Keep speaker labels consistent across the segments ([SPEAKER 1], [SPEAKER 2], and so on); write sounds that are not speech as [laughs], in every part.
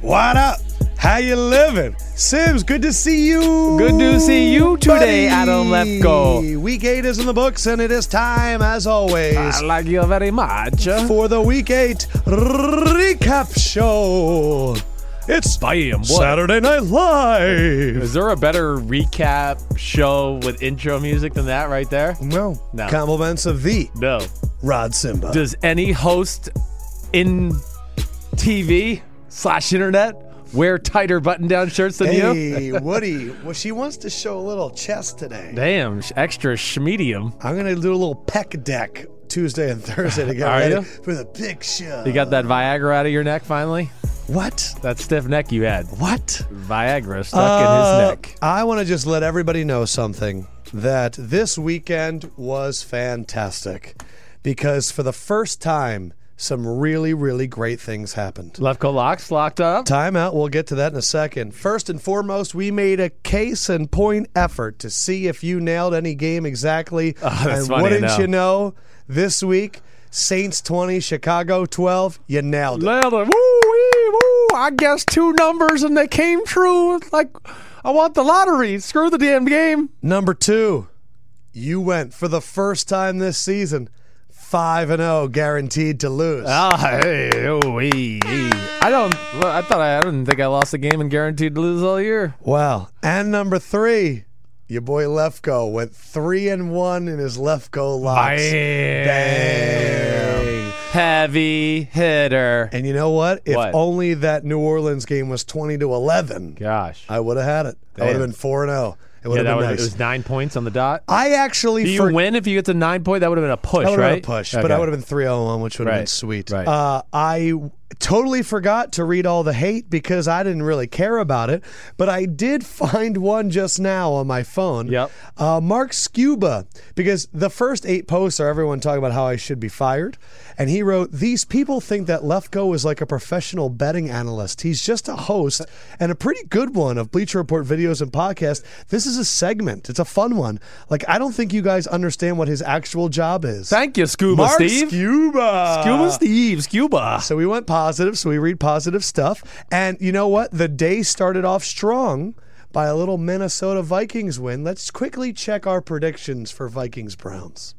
[SPEAKER 1] What up? How you living? Sims, good to see you.
[SPEAKER 2] Good to see you today, Adam
[SPEAKER 1] buddy.
[SPEAKER 2] Lefko.
[SPEAKER 1] Week eight is in the books, and it is time, as
[SPEAKER 2] I
[SPEAKER 1] always,
[SPEAKER 2] like you very much.
[SPEAKER 1] for the week eight recap show. It's
[SPEAKER 2] Damn, what?
[SPEAKER 1] Saturday Night Live.
[SPEAKER 2] Is there a better recap show with intro music than that right there?
[SPEAKER 1] No.
[SPEAKER 2] No.
[SPEAKER 1] Compliments of the
[SPEAKER 2] No.
[SPEAKER 1] Rod Simba.
[SPEAKER 2] Does any host in TV slash internet wear tighter button down shirts than you?
[SPEAKER 1] hey, [laughs] Woody. Well, she wants to show a little chest today.
[SPEAKER 2] Damn, sh- extra schmedium.
[SPEAKER 1] I'm gonna do a little peck deck Tuesday and Thursday to get
[SPEAKER 2] [laughs] Are
[SPEAKER 1] ready
[SPEAKER 2] you?
[SPEAKER 1] for the big show.
[SPEAKER 2] You got that Viagra out of your neck finally?
[SPEAKER 1] what?
[SPEAKER 2] That stiff neck you had.
[SPEAKER 1] What?
[SPEAKER 2] Viagra stuck
[SPEAKER 1] Uh,
[SPEAKER 2] in his neck.
[SPEAKER 1] I want to just let everybody know something that this weekend was fantastic because for the first time, some really, really great things happened.
[SPEAKER 2] Lefko locks locked up.
[SPEAKER 1] Timeout. We'll get to that in a second. First and foremost, we made a case and point effort to see if you nailed any game exactly.
[SPEAKER 2] [laughs] Oh, that's
[SPEAKER 1] and
[SPEAKER 2] funny,
[SPEAKER 1] wouldn't
[SPEAKER 2] I know.
[SPEAKER 1] you know, this week, Saints 20, Chicago 12, you nailed it.
[SPEAKER 2] Nailed it. Woo, wee, woo. I guessed two numbers and they came true. It's Like, I want the lottery. Screw the damn game.
[SPEAKER 1] Number two, you went for the first time this season 5 and 0, guaranteed to lose.
[SPEAKER 2] Ah, hey, oh, wee, wee. I don't, well, I thought I, I didn't think I lost the game and guaranteed to lose all year.
[SPEAKER 1] Wow. And number three, your boy Lefko went 3 and 1 in his Lefko locks. Damn.
[SPEAKER 2] Heavy hitter.
[SPEAKER 1] And you know what? If
[SPEAKER 2] What?
[SPEAKER 1] only that New Orleans game was twenty to eleven,
[SPEAKER 2] Gosh.
[SPEAKER 1] I would have had it. I would have
[SPEAKER 2] Damn.
[SPEAKER 1] been four and zero. It would
[SPEAKER 2] Yeah,
[SPEAKER 1] have
[SPEAKER 2] that
[SPEAKER 1] been nice.
[SPEAKER 2] was, it was nine points on the dot.
[SPEAKER 1] I actually
[SPEAKER 2] Do you
[SPEAKER 1] for-
[SPEAKER 2] win if you get to nine point? That would have been a push,
[SPEAKER 1] I would have
[SPEAKER 2] right?
[SPEAKER 1] been a push, but I
[SPEAKER 2] Okay.
[SPEAKER 1] would have been three zero one, which would have been
[SPEAKER 2] Right,
[SPEAKER 1] sweet.
[SPEAKER 2] right.
[SPEAKER 1] Uh, I w- totally forgot to read all the hate because I didn't really care about it, but I did [laughs] find one just now on my phone.
[SPEAKER 2] Yep.
[SPEAKER 1] Uh, Mark Scuba, because the first eight posts are everyone talking about how I should be fired, and he wrote, "These people think that Lefko is like a professional betting analyst. He's just a host and a pretty good one of Bleacher Report videos and podcasts. This is a segment. It's a fun one. Like I don't think you guys understand what his actual job is."
[SPEAKER 2] Thank you, Scuba
[SPEAKER 1] Mark uh,
[SPEAKER 2] Steve.
[SPEAKER 1] Scuba.
[SPEAKER 2] Scuba Steve. Scuba.
[SPEAKER 1] So we went positive, so we read positive stuff. And you know what? The day started off strong by a little Minnesota Vikings win. Let's quickly check our predictions for Vikings Browns.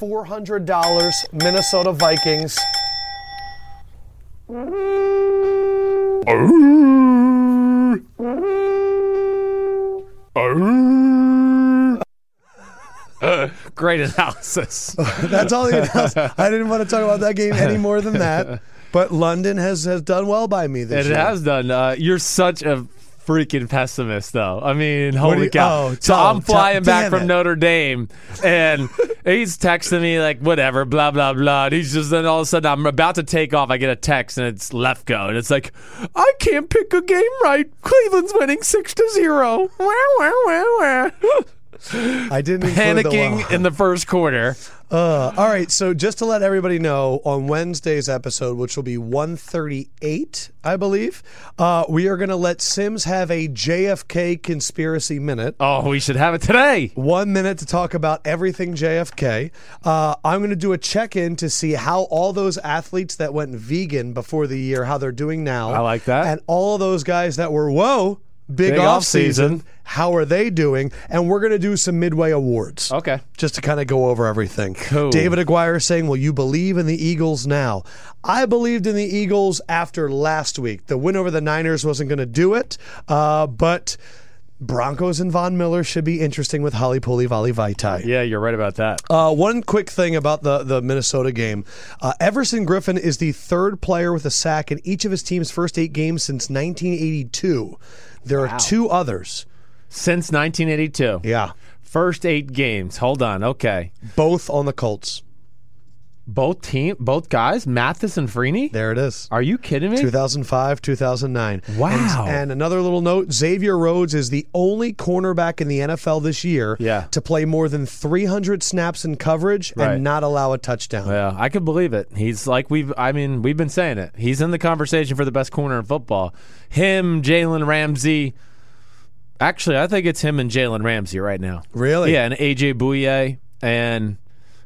[SPEAKER 1] $400 Minnesota Vikings.
[SPEAKER 2] Great analysis.
[SPEAKER 1] [laughs] That's all the announced. I didn't want to talk about that game any more than [laughs] that. But London has, has done well by me this
[SPEAKER 2] It
[SPEAKER 1] year.
[SPEAKER 2] has done. Uh, you're such a freaking pessimist, though. I mean,
[SPEAKER 1] do
[SPEAKER 2] holy
[SPEAKER 1] you-
[SPEAKER 2] cow!
[SPEAKER 1] oh,
[SPEAKER 2] so
[SPEAKER 1] tell-
[SPEAKER 2] I'm flying
[SPEAKER 1] tell- damn
[SPEAKER 2] back from
[SPEAKER 1] it.
[SPEAKER 2] Notre Dame, and
[SPEAKER 1] [laughs]
[SPEAKER 2] he's texting me like, "Whatever, blah blah blah." And he's just then all of a sudden, I'm about to take off. I get a text, and it's Lefko, and it's like, "I can't pick a game right. Cleveland's winning six to zero. Wow, wow,
[SPEAKER 1] [laughs]
[SPEAKER 2] wow, wow.
[SPEAKER 1] I didn't include the wow.
[SPEAKER 2] Panicking in the first quarter.
[SPEAKER 1] Uh, all right, so just to let everybody know, on Wednesday's episode, which will be 138, I believe, uh, we are going to let Sims have a JFK conspiracy minute.
[SPEAKER 2] Oh, we should have it today.
[SPEAKER 1] One minute to talk about everything JFK. Uh, I'm going to do a check in to see how all those athletes that went vegan before the year, how they're doing now.
[SPEAKER 2] I like that.
[SPEAKER 1] And all of those guys that were, whoa, big,
[SPEAKER 2] Big
[SPEAKER 1] off
[SPEAKER 2] off-season.
[SPEAKER 1] season, how are they doing? And we're going to do some midway awards
[SPEAKER 2] Okay.
[SPEAKER 1] just to kind of go over everything.
[SPEAKER 2] Cool.
[SPEAKER 1] David Aguirre saying, "Will you believe in the Eagles now?" I believed in the Eagles after last week. The win over the Niners wasn't going to do it, uh, but Broncos and Von Miller should be interesting with Holly Pulley Volley Vitae.
[SPEAKER 2] Yeah, you're right about that.
[SPEAKER 1] Uh, one quick thing about the, the Minnesota game. Uh, Everson Griffin is the third player with a sack in each of his team's first eight games since 1982. There are two others.
[SPEAKER 2] Since 1982,
[SPEAKER 1] Yeah.
[SPEAKER 2] first eight games. Hold on. Okay.
[SPEAKER 1] Both on the Colts.
[SPEAKER 2] Both team, both guys, Mathis and Freeney.
[SPEAKER 1] There it is.
[SPEAKER 2] Are you kidding me?
[SPEAKER 1] 2005, 2009.
[SPEAKER 2] Wow.
[SPEAKER 1] And, and another little note Xavier Rhodes is the only cornerback in the NFL this year
[SPEAKER 2] Yeah.
[SPEAKER 1] to play more than 300 snaps in coverage
[SPEAKER 2] Right.
[SPEAKER 1] and not allow a touchdown.
[SPEAKER 2] Yeah, I could believe it. He's like we've. I mean, we've been saying it. He's in the conversation for the best corner in football. Him, Jalen Ramsey. Actually, I think it's him and Jalen Ramsey right now.
[SPEAKER 1] Really?
[SPEAKER 2] Yeah, and AJ Bouye and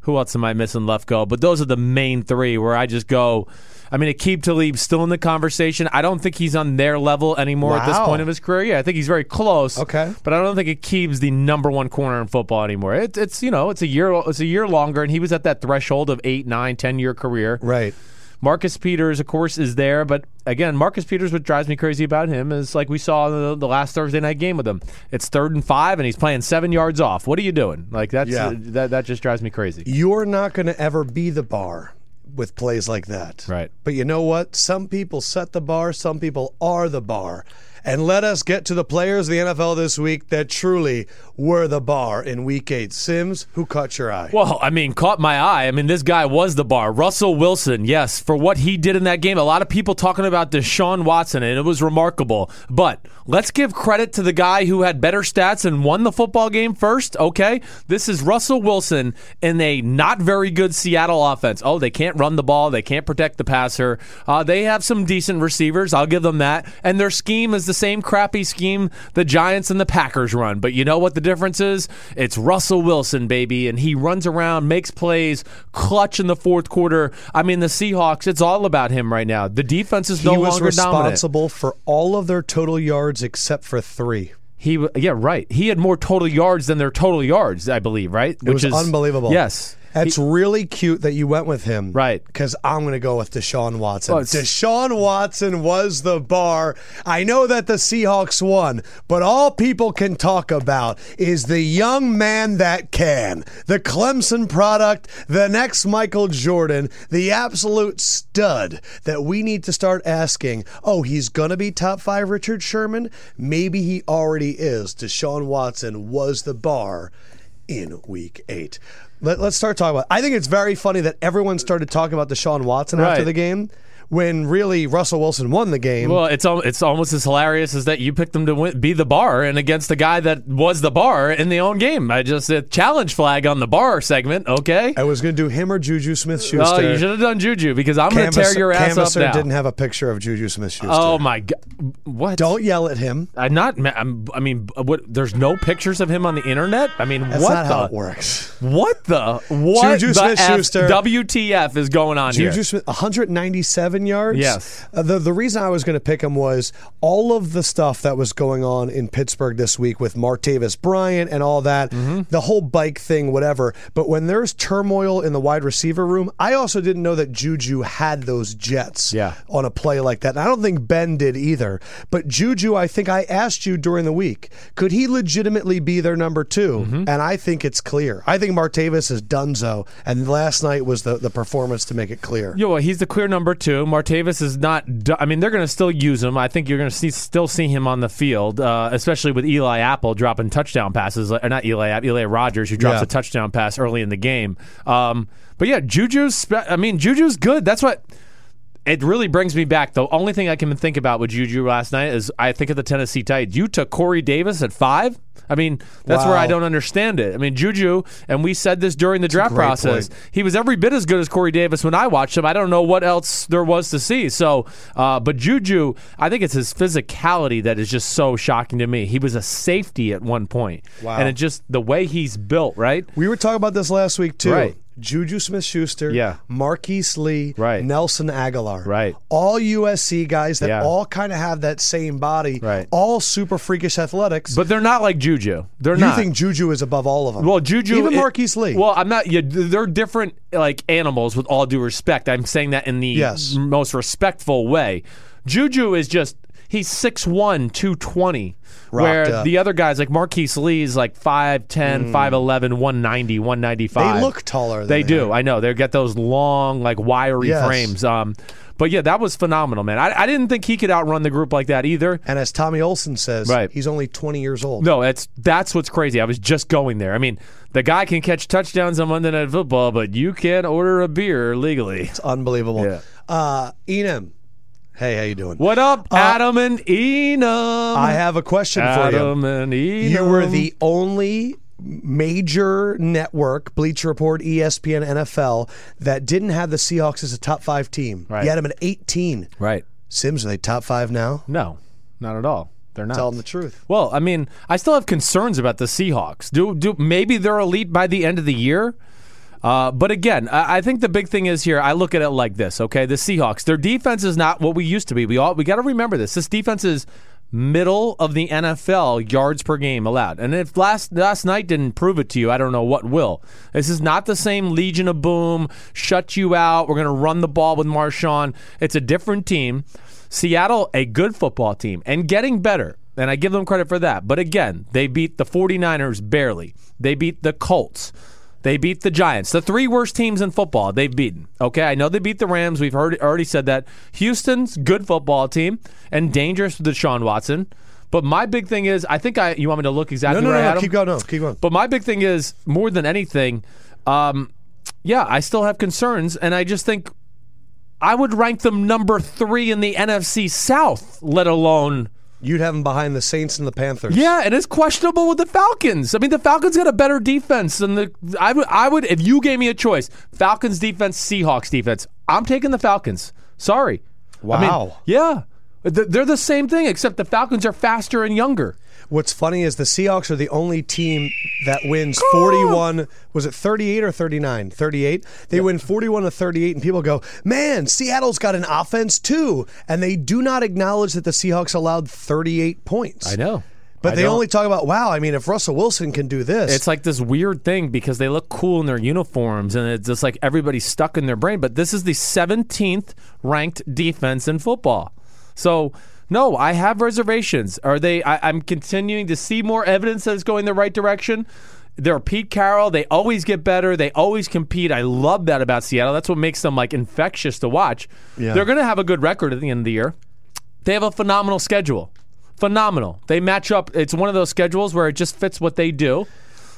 [SPEAKER 2] who else am I missing left go? But those are the main three where I just go. I mean, Akib Talib still in the conversation. I don't think he's on their level anymore at this
[SPEAKER 1] Wow.
[SPEAKER 2] point of his career. Yeah, I think he's very close.
[SPEAKER 1] Okay.
[SPEAKER 2] but I don't think Akib's the number one corner in football anymore. It, it's you know, it's a year, it's a year longer, and he was at that threshold of eight, nine, ten year career.
[SPEAKER 1] Right.
[SPEAKER 2] Marcus Peters, of course, is there, but again, Marcus Peters, what drives me crazy about him is like we saw the, the last Thursday night game with him. It's third and five, and he's playing seven yards off. What are you doing? Like that's
[SPEAKER 1] Yeah.
[SPEAKER 2] that that just drives me crazy.
[SPEAKER 1] You're not going to ever be the bar with plays like that.
[SPEAKER 2] Right.
[SPEAKER 1] But you know what? Some people set the bar, some people are the bar. And let us get to the players of the NFL this week that truly were the bar in week eight. Sims, who caught your eye?
[SPEAKER 2] Well, I mean, caught my eye. I mean, this guy was the bar. Russell Wilson, yes, for what he did in that game. A lot of people talking about Deshaun Watson, and it was remarkable. But let's give credit to the guy who had better stats and won the football game first, okay? This is Russell Wilson in a not very good Seattle offense. Oh, they can't run the ball, they can't protect the passer. Uh, they have some decent receivers, I'll give them that. And their scheme is the same crappy scheme the Giants and the Packers run. But you know what the difference is? It's Russell Wilson, baby, and he runs around, makes plays, clutch in the fourth quarter. I mean, the Seahawks, it's all about him right now. The defense is
[SPEAKER 1] he
[SPEAKER 2] no
[SPEAKER 1] was
[SPEAKER 2] longer dominant.
[SPEAKER 1] responsible for all of their total yards except for three.
[SPEAKER 2] He, w- yeah, right. He had more total yards than their total yards, I believe, right?
[SPEAKER 1] It was unbelievable.
[SPEAKER 2] Yes.
[SPEAKER 1] That's really cute that you went with him.
[SPEAKER 2] Right.
[SPEAKER 1] Because I'm going to go with Deshaun Watson.
[SPEAKER 2] Oh, it's-
[SPEAKER 1] Deshaun Watson was the bar. I know that the Seahawks won, but all people can talk about is the young man that can. The Clemson product, the next Michael Jordan, the absolute stud that we need to start asking oh, he's going to be top five Richard Sherman? Maybe he already is. Deshaun Watson was the bar in week eight. Let, us start talking about. I think it's very funny that everyone started talking about Deshaun Watson after
[SPEAKER 2] Right.
[SPEAKER 1] the game, when really Russell Wilson won the game.
[SPEAKER 2] Well, it's al- it's almost as hilarious as that you picked them to win, be the bar and against the guy that was the bar in the own game. I just said challenge flag on the bar segment. Okay.
[SPEAKER 1] I was going to do him or Juju Smith-Schuster.
[SPEAKER 2] Oh, you should have done Juju because I'm going to tear your ass up
[SPEAKER 1] Canvasser
[SPEAKER 2] now.
[SPEAKER 1] didn't have a picture of Juju Smith-Schuster.
[SPEAKER 2] oh my god! What?
[SPEAKER 1] Don't yell at him.
[SPEAKER 2] I'm not. ma- I'm, I mean, uh, what? There's no pictures of him on the internet. I mean,
[SPEAKER 1] That's
[SPEAKER 2] what
[SPEAKER 1] not
[SPEAKER 2] the?
[SPEAKER 1] how it works.
[SPEAKER 2] What the? What
[SPEAKER 1] Juju
[SPEAKER 2] the
[SPEAKER 1] Smith-Schuster.
[SPEAKER 2] F- WTF is going on
[SPEAKER 1] Juju
[SPEAKER 2] here?
[SPEAKER 1] Smith, 197 yards.
[SPEAKER 2] Yes.
[SPEAKER 1] Uh, the the reason I was going to pick him was all of the stuff that was going on in Pittsburgh this week with Martavis Bryant and all that, the whole bike thing, whatever. But when there's turmoil in the wide receiver room, I also didn't know that Juju had those jets
[SPEAKER 2] Yeah.
[SPEAKER 1] on a play like that. And I don't think Ben did either. But Juju, I think I asked you during the week, could he legitimately be their number 2 And I think it's clear. I think Martavis is dunzo. And last night was the, the performance to make it clear.
[SPEAKER 2] Yo, well, he's the clear number two. Martavis is not. do- I mean, they're going to still use him. I think you're going to see still see him on the field, uh, especially with Eli Apple dropping touchdown passes, or not Eli Apple, Eli Rogers who drops
[SPEAKER 1] Yeah.
[SPEAKER 2] a touchdown pass early in the game. Um, but yeah, Juju's. spe- I mean, Juju's good. That's what. It really brings me back. The only thing I can think about with Juju last night is I think of the Tennessee Titans. You took Corey Davis at five. I mean, that's where I
[SPEAKER 1] Wow.
[SPEAKER 2] don't understand it. I mean, Juju, and we said this during the draft
[SPEAKER 1] great
[SPEAKER 2] process. He was every bit as good as Corey Davis when I watched him. I don't know what else there was to see. So, uh, but Juju, I think it's his physicality that is just so shocking to me. He was a safety at one point,
[SPEAKER 1] Wow.
[SPEAKER 2] and it just the way he's built, right?
[SPEAKER 1] We were talking about this last week too.
[SPEAKER 2] Right.
[SPEAKER 1] Juju Smith Schuster,
[SPEAKER 2] Yeah.
[SPEAKER 1] Marquise Lee,
[SPEAKER 2] Right.
[SPEAKER 1] Nelson Aguilar.
[SPEAKER 2] Right.
[SPEAKER 1] All USC guys that
[SPEAKER 2] Yeah.
[SPEAKER 1] all kind of have that same body.
[SPEAKER 2] Right.
[SPEAKER 1] All super freakish athletics.
[SPEAKER 2] But they're not like Juju. They're
[SPEAKER 1] you
[SPEAKER 2] not.
[SPEAKER 1] think Juju is above all of them.
[SPEAKER 2] Well, Juju,
[SPEAKER 1] Even
[SPEAKER 2] it-
[SPEAKER 1] Marquise Lee.
[SPEAKER 2] Well, I'm not. Yeah, they're different, like animals. With all due respect, I'm saying that in the
[SPEAKER 1] Yes.
[SPEAKER 2] most respectful way. Juju is just he's 6'1", 220, where
[SPEAKER 1] up. Hmm.
[SPEAKER 2] the other guys like Marquise Lee is like 5'10", 5'11", 190, 195.
[SPEAKER 1] They look taller than
[SPEAKER 2] They,
[SPEAKER 1] they
[SPEAKER 2] do. I know. They got those long, like wiry
[SPEAKER 1] Yes.
[SPEAKER 2] frames. Um, but yeah, that was phenomenal, man. I, I didn't think he could outrun the group like that either.
[SPEAKER 1] and as Tommy Olson says,
[SPEAKER 2] Right.
[SPEAKER 1] he's only 20 years old.
[SPEAKER 2] No, that's that's what's crazy. I was just going there. I mean, the guy can catch touchdowns on Monday Night Football, but you can't order a beer legally.
[SPEAKER 1] It's unbelievable.
[SPEAKER 2] Yeah.
[SPEAKER 1] Uh, Enem. Hey, how you doing?
[SPEAKER 2] What up, Adam and Enum?
[SPEAKER 1] Uh, I have a question for you.
[SPEAKER 2] Adam and Enum.
[SPEAKER 1] You were the only major network, Bleacher Report, E ESPN, NFL, that didn't have the Seahawks as a top five team.
[SPEAKER 2] Right.
[SPEAKER 1] You had them at 18.
[SPEAKER 2] right.
[SPEAKER 1] Sims, are they top five now?
[SPEAKER 2] No, not at all. They're not.
[SPEAKER 1] Tell them the truth.
[SPEAKER 2] Well, I mean, I still have concerns about the Seahawks. Do do maybe they're elite by the end of the year? Uh, but again, I, I think the big thing is here. I look at it like this. Okay, the Seahawks, their defense is not what we used to be. We all we got to remember this. This defense is middle of the NFL yards per game allowed. And if last last night didn't prove it to you, I don't know what will. This is not the same Legion of Boom. Shut you out. We're gonna run the ball with Marshawn. It's a different team. Seattle, a good football team and getting better. And I give them credit for that. But again, they beat the 49ers barely. They beat the Colts. They beat the Giants, the three worst teams in football. They've beaten. Okay, I know they beat the Rams. We've heard already said that. Houston's good football team and dangerous with Deshaun Watson. But my big thing is, I think I you want me to look
[SPEAKER 1] No,
[SPEAKER 2] exactly
[SPEAKER 1] no,
[SPEAKER 2] where I
[SPEAKER 1] no,
[SPEAKER 2] had
[SPEAKER 1] no.
[SPEAKER 2] 'em?
[SPEAKER 1] Keep going. No, keep going.
[SPEAKER 2] But my big thing is more than anything, um, yeah, I still have concerns, and I just think I would rank them number three in the NFC South, let alone
[SPEAKER 1] You'd have them behind the Saints and the Panthers.
[SPEAKER 2] yeah, and it's questionable with the Falcons. I mean, the Falcons got a better defense than the. I would, I would, if you gave me a choice, Falcons defense, Seahawks defense. I'm taking the Falcons. Sorry. I mean,
[SPEAKER 1] Wow.
[SPEAKER 2] yeah, Th- they're the same thing, except the Falcons are faster and younger.
[SPEAKER 1] What's funny is the Seahawks are the only team that wins 41. Was it 38 or 39? 38. They win 41 to 38, and people go, man, Seattle's got an offense too. And they do not acknowledge that the Seahawks allowed 38 points.
[SPEAKER 2] I know,
[SPEAKER 1] But
[SPEAKER 2] I
[SPEAKER 1] they
[SPEAKER 2] don't-
[SPEAKER 1] only talk about, wow, I mean, if Russell Wilson can do this.
[SPEAKER 2] It's like this weird thing because they look cool in their uniforms, and it's just like everybody's stuck in their brain. But this is the 17th ranked defense in football. So, no, I have reservations. Are they? I, I'm continuing to see more evidence that it's going the right direction. They're Pete Carroll. They always get better. They always compete. I love that about Seattle. That's what makes them like infectious to watch. They're going to have a good record at the end of the year they have a phenomenal schedule. Phenomenal. They match up. It's one of those schedules where it just fits what they do.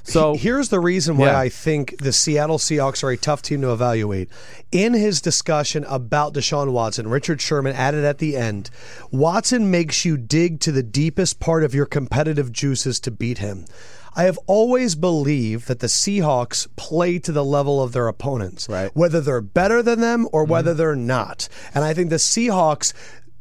[SPEAKER 2] So
[SPEAKER 1] Here's the reason why
[SPEAKER 2] Yeah.
[SPEAKER 1] I think the Seattle Seahawks are a tough team to evaluate. In his discussion about Deshaun Watson, Richard Sherman added at the end Watson makes you dig to the deepest part of your competitive juices to beat him. I have always believed that the Seahawks play to the level of their opponents,
[SPEAKER 2] Right. Mm-hmm.
[SPEAKER 1] whether they're better than them or whether they're not. And I think the Seahawks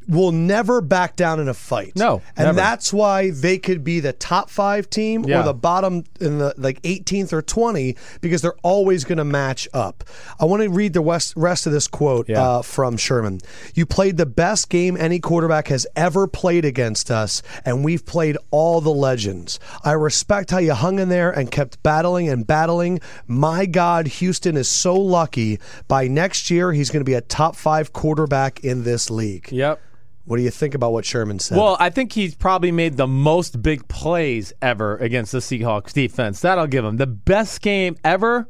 [SPEAKER 1] will never back down in a fight.
[SPEAKER 2] No,
[SPEAKER 1] And
[SPEAKER 2] never.
[SPEAKER 1] that's why they could be the top five team
[SPEAKER 2] Yeah.
[SPEAKER 1] or the bottom in the like 18th or 20 because they're always going to match up. I want to read the west, rest of this quote uh, from Sherman. You played the best game any quarterback has ever played against us, and we've played all the legends. I respect how you hung in there and kept battling and battling. My God, Houston is so lucky. By next year, he's going to be a top five quarterback in this league.
[SPEAKER 2] Yep.
[SPEAKER 1] What do you think about what Sherman said?
[SPEAKER 2] Well, I think he's probably made the most big plays ever against the Seahawks defense. That'll give him the best game ever.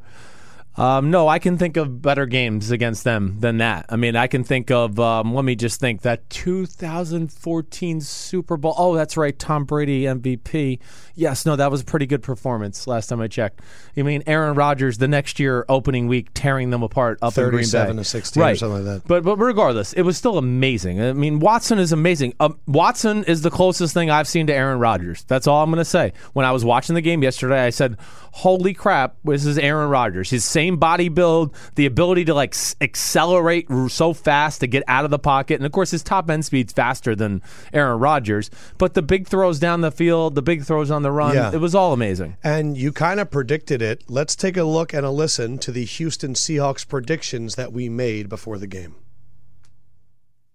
[SPEAKER 2] Um, no, I can think of better games against them than that. I mean, I can think of, um, let me just think, that 2014 Super Bowl. Oh, that's right, Tom Brady MVP. Yes, no, that was a pretty good performance last time I checked. I mean, Aaron Rodgers the next year, opening week, tearing them apart up in Green Bay.
[SPEAKER 1] 37 to 16 or
[SPEAKER 2] Right.
[SPEAKER 1] something like that.
[SPEAKER 2] But but regardless, it was still amazing. I mean, Watson is amazing. Um, Watson is the closest thing I've seen to Aaron Rodgers. That's all I'm going to say. When I was watching the game yesterday, I said, "Holy crap, this is Aaron Rodgers. His same body build, the ability to like s- accelerate r- so fast to get out of the pocket, and of course his top end speed's faster than Aaron Rodgers. But the big throws down the field, the big throws on the run,
[SPEAKER 1] Yeah.
[SPEAKER 2] it was all amazing.
[SPEAKER 1] And you kind of predicted it. Let's take a look and a listen to the Houston Seahawks predictions that we made before the game.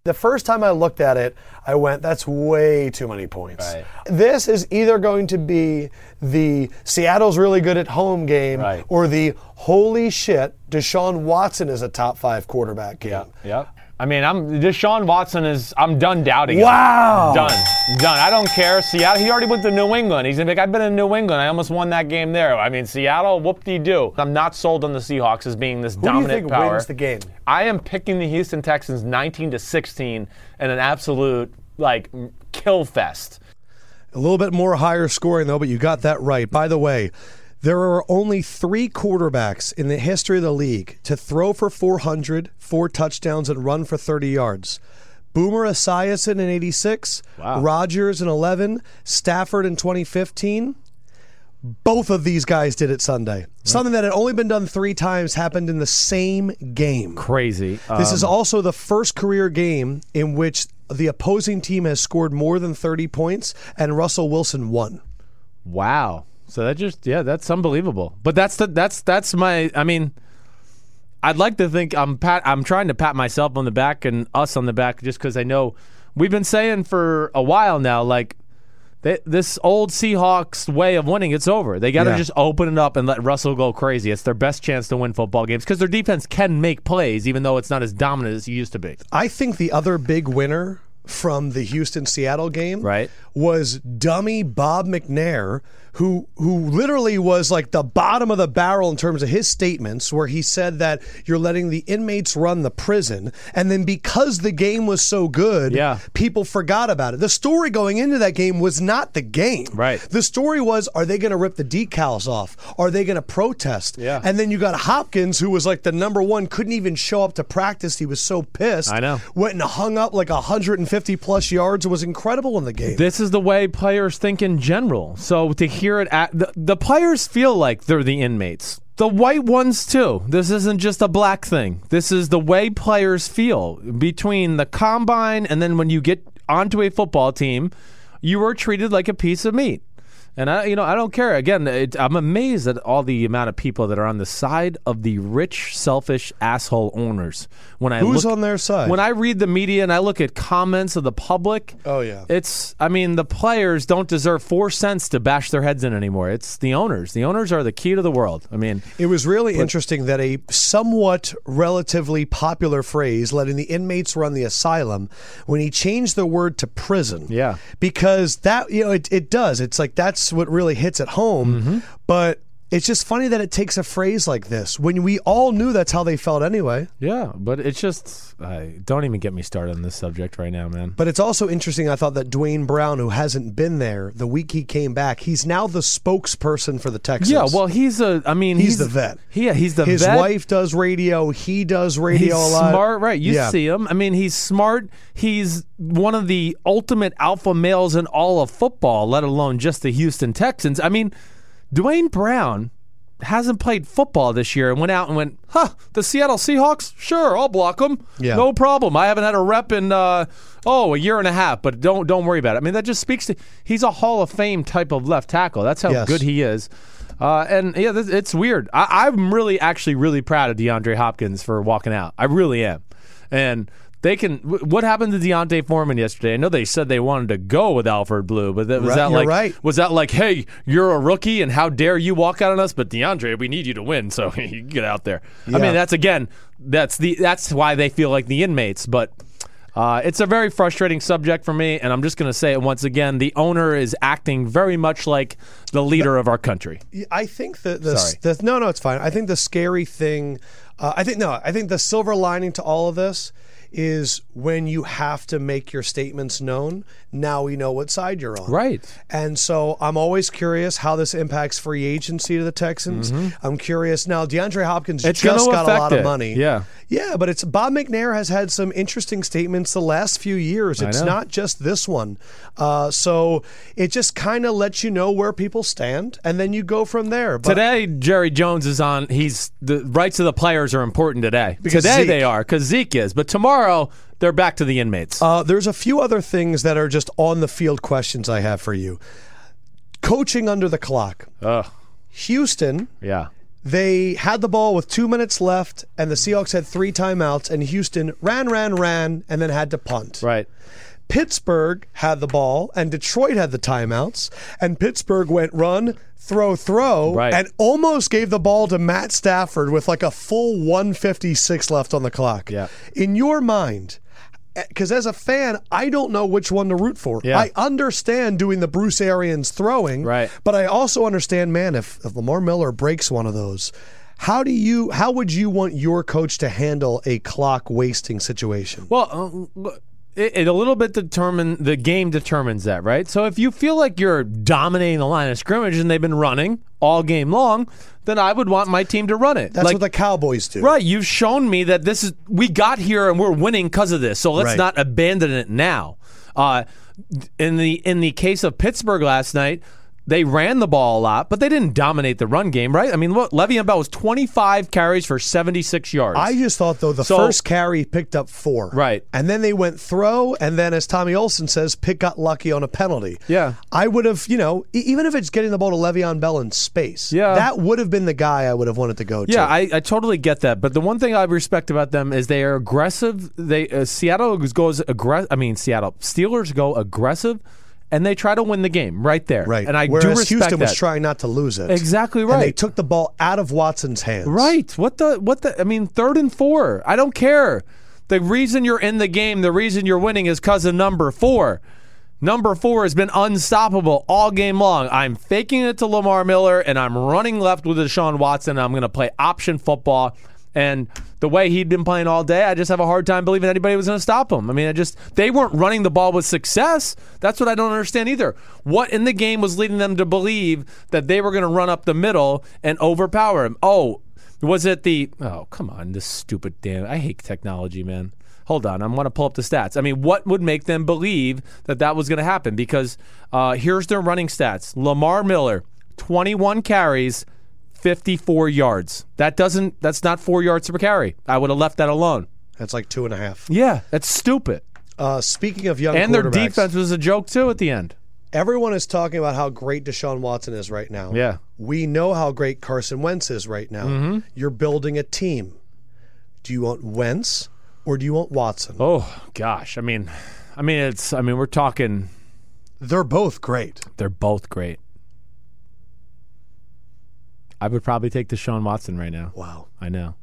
[SPEAKER 1] The first time I looked at it, I went, that's way too many points.
[SPEAKER 2] Right.
[SPEAKER 1] This is either going to be the Seattle's really good at home game
[SPEAKER 2] Right.
[SPEAKER 1] or the holy shit, Deshaun Watson is a top five quarterback game.
[SPEAKER 2] Yep. I mean, I'm Deshaun Watson is. I'm done doubting. him.
[SPEAKER 1] Wow.
[SPEAKER 2] Done. Done. I don't care. Seattle. He already went to New England. He's gonna be like, I've been in New England. I almost won that game there. I mean, Seattle. Whoop de doo. I'm not sold on the Seahawks as being this
[SPEAKER 1] Who do you
[SPEAKER 2] dominant
[SPEAKER 1] think
[SPEAKER 2] power.
[SPEAKER 1] wins the game?
[SPEAKER 2] I am picking the Houston Texans 19 to 16 in an absolute like kill fest.
[SPEAKER 1] A little bit more higher scoring, though, but you got that right. By the way, there are only three quarterbacks in the history of the league to throw for 400, four touchdowns, and run for 30 yards. Boomer Esiason in 86, Rodgers in 11, Stafford in 2015. Both of these guys did it Sunday. Something that had only been done three times happened in the same game.
[SPEAKER 2] Crazy.
[SPEAKER 1] This is also the first career game in which the opposing team has scored more than 30 points and Russell Wilson won.
[SPEAKER 2] Wow. So that just yeah, that's unbelievable. But that's the that's that's my I mean, I'd like to think I'm pat. I'm trying to pat myself on the back and us on the back, just because I know we've been saying for a while now, like they, this old Seahawks way of winning, it's over. They got to
[SPEAKER 1] Yeah.
[SPEAKER 2] just open it up and let Russell go crazy. It's their best chance to win football games because their defense can make plays, even though it's not as dominant as it used to be.
[SPEAKER 1] I think the other big winner from the Houston Seattle game
[SPEAKER 2] Right.
[SPEAKER 1] was dummy Bob McNair, who who literally was like the bottom of the barrel in terms of his statements, where he said that you're letting the inmates run the prison, and then because the game was so good,
[SPEAKER 2] Yeah.
[SPEAKER 1] people forgot about it. The story going into that game was not the game.
[SPEAKER 2] Right.
[SPEAKER 1] The story was are they going to rip the decals off? Are they going to protest?
[SPEAKER 2] Yeah.
[SPEAKER 1] And then you got Hopkins, who was like the number one, couldn't even show up to practice. He was so pissed.
[SPEAKER 2] I know.
[SPEAKER 1] Went and hung up like 150 plus yards. It was incredible in the game.
[SPEAKER 2] This is the way players think in general. So to hear it, at, the, the players feel like they're the inmates. The white ones too. This isn't just a black thing. This is the way players feel between the combine and then when you get onto a football team, you are treated like a piece of meat. And I, you know, I don't care. Again, it, I'm amazed at all the amount of people that are on the side of the rich, selfish asshole owners. When I
[SPEAKER 1] Who's
[SPEAKER 2] look-
[SPEAKER 1] on their side?
[SPEAKER 2] When I read the media and I look at comments of the public,
[SPEAKER 1] Oh, yeah.
[SPEAKER 2] it's I mean the players don't deserve four cents to bash their heads in anymore. It's the owners. The owners are the key to the world. I mean,
[SPEAKER 1] It was really interesting that a somewhat relatively popular phrase, letting the inmates run the asylum, when he changed the word to prison.
[SPEAKER 2] Yeah.
[SPEAKER 1] Because that, you know, it, it does. It's like that's what really hits at home.
[SPEAKER 2] Mm-hmm.
[SPEAKER 1] But it's just funny that it takes a phrase like this when we all knew that's how they felt anyway.
[SPEAKER 2] yeah, but it's just I don't even get me started on this subject right now, man.
[SPEAKER 1] But it's also interesting, I thought, that Dwayne Brown, who hasn't been there the week he came back, he's now the spokesperson for the Texans.
[SPEAKER 2] Yeah, well, he's a. I mean,
[SPEAKER 1] He's the vet.
[SPEAKER 2] Yeah, he's the
[SPEAKER 1] his
[SPEAKER 2] vet.
[SPEAKER 1] wife does radio. He does radio
[SPEAKER 2] He's
[SPEAKER 1] a lot.
[SPEAKER 2] smart, right? You
[SPEAKER 1] Yeah.
[SPEAKER 2] see him. I mean, he's smart. He's one of the ultimate alpha males in all of football, let alone just the Houston Texans. I mean, Dwayne Brown hasn't played football this year and went out and went, huh, the Seattle Seahawks? Sure, I'll block them.
[SPEAKER 1] Yeah.
[SPEAKER 2] No problem. I haven't had a rep in, uh, oh, a year and a half, but don't don't worry about it. I mean, that just speaks to he's a Hall of Fame type of left tackle. That's how
[SPEAKER 1] Yes.
[SPEAKER 2] good he is. Uh, and yeah, this, it's weird. I, I'm really, actually, really proud of DeAndre Hopkins for walking out. I really am. And they can. wh- What happened to Deontay Foreman yesterday? I know they said they wanted to go with Alfred Blue, but that, was
[SPEAKER 1] Right,
[SPEAKER 2] that
[SPEAKER 1] you're
[SPEAKER 2] like
[SPEAKER 1] right.
[SPEAKER 2] was that like, hey, you're a rookie, and how dare you walk out on us? But DeAndre, we need you to win, so [laughs] you get out there. I
[SPEAKER 1] Yeah.
[SPEAKER 2] mean, that's again, that's the that's why they feel like the inmates, but. Uh, it's a very frustrating subject for me, and I'm just going to say it once again. The owner is acting very much like the leader of our country.
[SPEAKER 1] I think that the,
[SPEAKER 2] Sorry.
[SPEAKER 1] the no, no, it's fine. I think the scary thing, uh, I think no, I think the silver lining to all of this is when you have to make your statements known. Now we know what side you're on.
[SPEAKER 2] Right.
[SPEAKER 1] And so I'm always curious how this impacts free agency to the Texans. I'm curious now. DeAndre Hopkins
[SPEAKER 2] Mm-hmm. It's
[SPEAKER 1] just
[SPEAKER 2] gonna
[SPEAKER 1] got a
[SPEAKER 2] affect
[SPEAKER 1] lot
[SPEAKER 2] it.
[SPEAKER 1] of money.
[SPEAKER 2] Yeah.
[SPEAKER 1] Yeah, but it's Bob McNair has had some interesting statements the last few years. It's
[SPEAKER 2] know.
[SPEAKER 1] not just this one. Uh, so it just kind of lets you know where people stand, and then you go from there. But
[SPEAKER 2] Today, Jerry Jones is on. He's the rights of the players are important today.
[SPEAKER 1] Because
[SPEAKER 2] today
[SPEAKER 1] Zeke-
[SPEAKER 2] they are because Zeke is, but tomorrow they're back to the inmates.
[SPEAKER 1] uh, there's a few other things that are just on the field questions I have for you. Coaching under the clock.
[SPEAKER 2] Ugh.
[SPEAKER 1] Houston,
[SPEAKER 2] yeah,
[SPEAKER 1] they had the ball with two minutes left, and the Seahawks had three timeouts, and Houston ran, ran, ran, and then had to punt.
[SPEAKER 2] right.
[SPEAKER 1] Pittsburgh had the ball and Detroit had the timeouts, and Pittsburgh went run, throw, throw,
[SPEAKER 2] Right.
[SPEAKER 1] and almost gave the ball to Matt Stafford with like a full 156 left on the clock.
[SPEAKER 2] Yeah.
[SPEAKER 1] In your mind, because as a fan, I don't know which one to root for.
[SPEAKER 2] Yeah.
[SPEAKER 1] I understand doing the Bruce Arians throwing,
[SPEAKER 2] Right.
[SPEAKER 1] but I also understand, man, if, if Lamar Miller breaks one of those, how do you? How would you want your coach to handle a clock wasting situation?
[SPEAKER 2] Well, uh, it, it a little bit determine the game determines that, right? So if you feel like you're dominating the line of scrimmage and they've been running all game long, then I would want my team to run it.
[SPEAKER 1] That's
[SPEAKER 2] like,
[SPEAKER 1] what the Cowboys do.
[SPEAKER 2] Right, you've shown me that this is we got here and we're winning because of this. So let's
[SPEAKER 1] Right.
[SPEAKER 2] not abandon it now. Uh, in the in the case of Pittsburgh last night, They ran the ball a lot, but they didn't dominate the run game, right? I mean, look, Le'Veon Bell was 25 carries for 76 yards.
[SPEAKER 1] I just thought though the
[SPEAKER 2] So-
[SPEAKER 1] first carry picked up four,
[SPEAKER 2] Right.
[SPEAKER 1] and then they went throw, and then as Tommy Olson says, Pitt got lucky on a penalty.
[SPEAKER 2] Yeah.
[SPEAKER 1] I would have, you know, e- even if it's getting the ball to Le'Veon Bell in space,
[SPEAKER 2] Yeah.
[SPEAKER 1] that would have been the guy I would have wanted to go to.
[SPEAKER 2] Yeah, I, I totally get that. But the one thing I respect about them is they are aggressive. They uh, Seattle goes aggressive. I mean, Seattle Steelers go aggressive, and they try to win the game right there.
[SPEAKER 1] right.
[SPEAKER 2] And I
[SPEAKER 1] Whereas
[SPEAKER 2] do respect
[SPEAKER 1] Houston
[SPEAKER 2] that.
[SPEAKER 1] was trying not to lose it.
[SPEAKER 2] Exactly
[SPEAKER 1] And they
[SPEAKER 2] right.
[SPEAKER 1] took the ball out of Watson's hands.
[SPEAKER 2] Right. What the what the I mean, third and four. I don't care. The reason you're in the game, the reason you're winning is because of number four. Number four has been unstoppable all game long. I'm faking it to Lamar Miller and I'm running left with Deshaun Watson. I'm gonna play option football. And the way he'd been playing all day, I just have a hard time believing anybody was going to stop him. I mean, I just, they weren't running the ball with success. That's what I don't understand either. What in the game was leading them to believe that they were going to run up the middle and overpower him? Oh, was it the oh come on this stupid damn I hate technology man. Hold on, I want to pull up the stats. I mean, what would make them believe that that was going to happen? Because uh, here's their running stats: Lamar Miller, 21 carries, 54 yards. That doesn't. That's not four yards per carry. I would have left that alone.
[SPEAKER 1] That's like two and a half.
[SPEAKER 2] Yeah, that's stupid.
[SPEAKER 1] Uh, speaking of young
[SPEAKER 2] And their
[SPEAKER 1] quarterbacks,
[SPEAKER 2] defense was a joke too at the end.
[SPEAKER 1] everyone is talking about how great Deshaun Watson is right now.
[SPEAKER 2] Yeah.
[SPEAKER 1] We know how great Carson Wentz is right now.
[SPEAKER 2] Mm-hmm.
[SPEAKER 1] You're building a team. Do you want Wentz or do you want Watson?
[SPEAKER 2] Oh gosh, I mean, I mean it's. I mean we're talking.
[SPEAKER 1] They're both great.
[SPEAKER 2] They're both great. I would probably take Deshaun Watson right now.
[SPEAKER 1] Wow.
[SPEAKER 2] I know.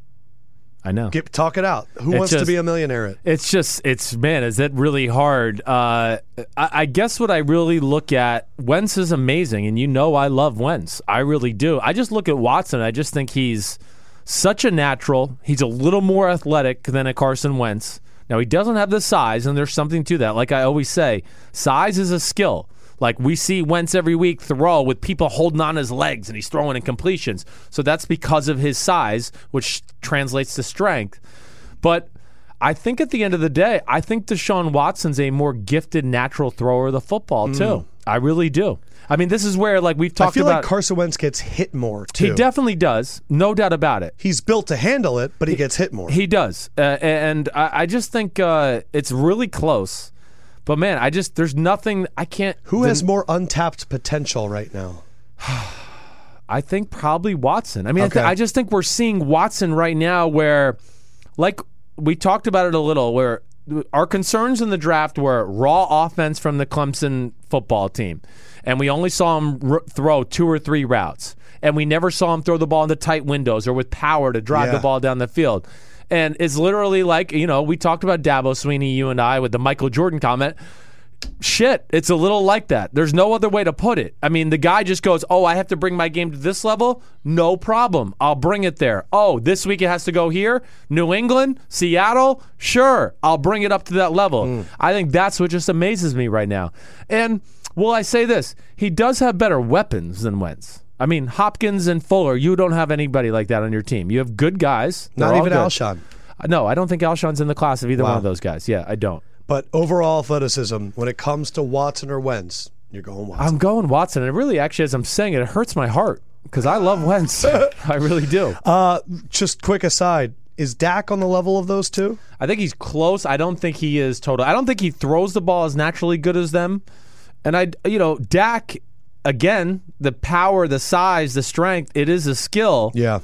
[SPEAKER 2] I know.
[SPEAKER 1] Get, talk it out. Who
[SPEAKER 2] It's
[SPEAKER 1] wants to
[SPEAKER 2] just-
[SPEAKER 1] be a millionaire? It?
[SPEAKER 2] It's just, it's man, is it really hard? Uh, I, I guess what I really look at, Wentz is amazing, and you know I love Wentz. I really do. I just look at Watson. I just think he's such a natural. He's a little more athletic than a Carson Wentz. Now he doesn't have the size, and there's something to that. Like I always say, size is a skill. Like we see Wentz every week throw with people holding on his legs and he's throwing incompletions. So that's because of his size, which translates to strength. But I think at the end of the day, I think Deshaun Watson's a more gifted natural thrower of the football too. I really do. I mean, this is where like we've
[SPEAKER 1] Hmm. I
[SPEAKER 2] talked
[SPEAKER 1] feel
[SPEAKER 2] about.
[SPEAKER 1] like Carson Wentz gets hit more too.
[SPEAKER 2] he definitely does, no doubt about it.
[SPEAKER 1] He's built to handle it, but he gets hit more.
[SPEAKER 2] He does, uh, and I, I just think uh, it's really close. But man, I just there's nothing I can't.
[SPEAKER 1] Who has more untapped potential right now?
[SPEAKER 2] I think probably Watson. I mean, I, th-
[SPEAKER 1] Okay.
[SPEAKER 2] I just think we're seeing Watson right now where, like, we talked about it a little, where our concerns in the draft were raw offense from the Clemson football team. And we only saw him r- throw two or three routes. And we never saw him throw the ball into tight windows or with power to drive
[SPEAKER 1] Yeah.
[SPEAKER 2] the ball down the field. And it's literally like, you know, we talked about Dabo Sweeney, you and I, with the Michael Jordan comment shit, it's a little like that. There's no other way to put it. I mean, the guy just goes, "Oh, I have to bring my game to this level. No problem. I'll bring it there. Oh, this week it has to go here. New England, Seattle. Sure, I'll bring it up to that level."
[SPEAKER 1] Hmm.
[SPEAKER 2] I think that's what just amazes me right now. And will I say this? He does have better weapons than Wentz. I mean, Hopkins and Fuller, you don't have anybody like that on your team. You have good guys. They're
[SPEAKER 1] Not
[SPEAKER 2] all
[SPEAKER 1] even
[SPEAKER 2] good.
[SPEAKER 1] Alshon.
[SPEAKER 2] No, I don't think Alshon's in the class of either one of those guys. Yeah, I don't.
[SPEAKER 1] But overall athleticism, when it comes to Watson or Wentz, you're going Watson.
[SPEAKER 2] I'm going Watson. And it really, actually, as I'm saying it, it hurts my heart because I love
[SPEAKER 1] [laughs]
[SPEAKER 2] Wentz. I really do.
[SPEAKER 1] Uh, just quick aside: Is Dak on the level of those two?
[SPEAKER 2] I think he's close. I don't think he is total. I don't think he throws the ball as naturally good as them. And I, you know, Dak, again, the power, the size, the strength, it is a skill.
[SPEAKER 1] Yeah.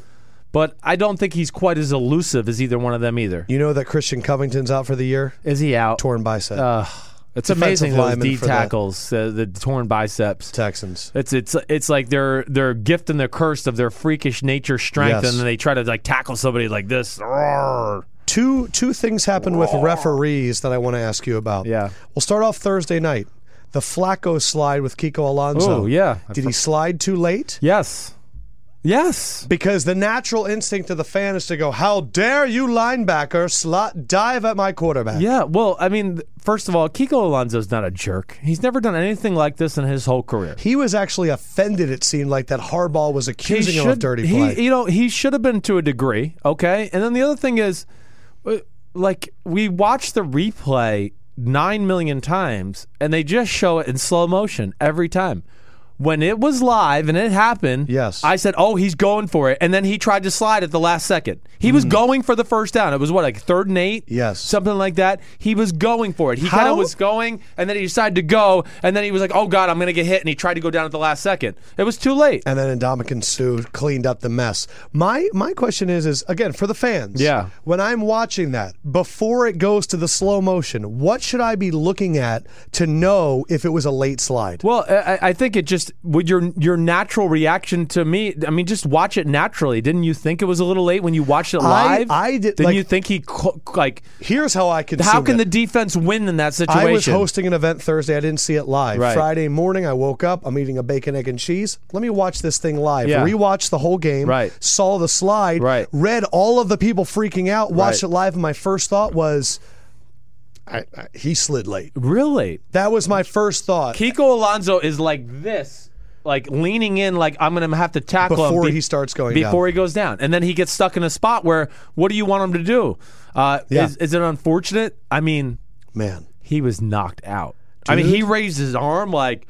[SPEAKER 2] But I don't think he's quite as elusive as either one of them either.
[SPEAKER 1] You know that Christian Covington's out for the year,
[SPEAKER 2] Is he out?
[SPEAKER 1] torn bicep.
[SPEAKER 2] Ugh. it's
[SPEAKER 1] Defensive
[SPEAKER 2] amazing those
[SPEAKER 1] lineman
[SPEAKER 2] D
[SPEAKER 1] for the-
[SPEAKER 2] tackles, uh, the torn biceps.
[SPEAKER 1] Texans.
[SPEAKER 2] It's it's it's like their their gift and their curse of their freakish nature strength,
[SPEAKER 1] Yes.
[SPEAKER 2] and then they try to like tackle somebody like this. Roar.
[SPEAKER 1] Two two things happened with referees that I want to ask you about.
[SPEAKER 2] Yeah.
[SPEAKER 1] We'll start off Thursday night. The Flacco slide with Kiko Alonso.
[SPEAKER 2] Ooh, yeah. I
[SPEAKER 1] Did he slide too late?
[SPEAKER 2] Yes, yes.
[SPEAKER 1] Because the natural instinct of the fan is to go, "How dare you, linebacker, slot dive at my quarterback?"
[SPEAKER 2] Yeah, well, I mean, first of all, Kiko Alonso's not a jerk. He's never done anything like this in his whole career.
[SPEAKER 1] He was actually offended. It seemed like that Harbaugh was accusing him of dirty
[SPEAKER 2] he-
[SPEAKER 1] play.
[SPEAKER 2] you know, he should have been to a degree, okay? And then the other thing is, uh, like, we watch the replay nine million times, and they just show it in slow motion every time. when it was live and it happened,
[SPEAKER 1] Yes.
[SPEAKER 2] I said, "Oh, he's going for it," and then he tried to slide at the last second. He was going for the first down. It was what like third and eight,
[SPEAKER 1] Hmm. Yes.
[SPEAKER 2] something like that. He was going for it. He kind
[SPEAKER 1] How-
[SPEAKER 2] of was going, and then he decided to go, and then he was like, "Oh God, I'm gonna get hit," and he tried to go down at the last second. It was too late.
[SPEAKER 1] and then Indomitian Sue cleaned up the mess. My my question is is again for the fans.
[SPEAKER 2] Yeah.
[SPEAKER 1] When I'm watching that before it goes to the slow motion, what should I be looking at to know if it was a late slide?
[SPEAKER 2] Well, I, I- I think it just would your your natural reaction to me. I mean, just watch it naturally. Didn't you think it was a little late when you watched it
[SPEAKER 1] I-
[SPEAKER 2] live?
[SPEAKER 1] I did-
[SPEAKER 2] Didn't
[SPEAKER 1] like-
[SPEAKER 2] you think he co- like?
[SPEAKER 1] Here's how I can.
[SPEAKER 2] How can the defense win in that situation?
[SPEAKER 1] I was hosting an event Thursday. I didn't see it live.
[SPEAKER 2] Right.
[SPEAKER 1] Friday morning, I woke up. I'm eating a bacon, egg, and cheese. Let me watch this thing live.
[SPEAKER 2] Yeah.
[SPEAKER 1] Rewatched the whole game.
[SPEAKER 2] Right.
[SPEAKER 1] Saw the slide.
[SPEAKER 2] Right.
[SPEAKER 1] Read all of the people freaking out. Watched it
[SPEAKER 2] Right.
[SPEAKER 1] live. And my first thought was, I, I, he slid late.
[SPEAKER 2] really.
[SPEAKER 1] That was my first thought
[SPEAKER 2] Kiko Alonso is like this, like leaning in, like I'm gonna have to tackle him
[SPEAKER 1] before
[SPEAKER 2] be-
[SPEAKER 1] he starts going down.
[SPEAKER 2] before he goes down, and then he gets stuck in a spot where what do you want him to do? Uh,
[SPEAKER 1] Yeah.
[SPEAKER 2] is, is it unfortunate? I mean,
[SPEAKER 1] Man,
[SPEAKER 2] he was knocked out. I mean,
[SPEAKER 1] Dude.
[SPEAKER 2] he raised his arm like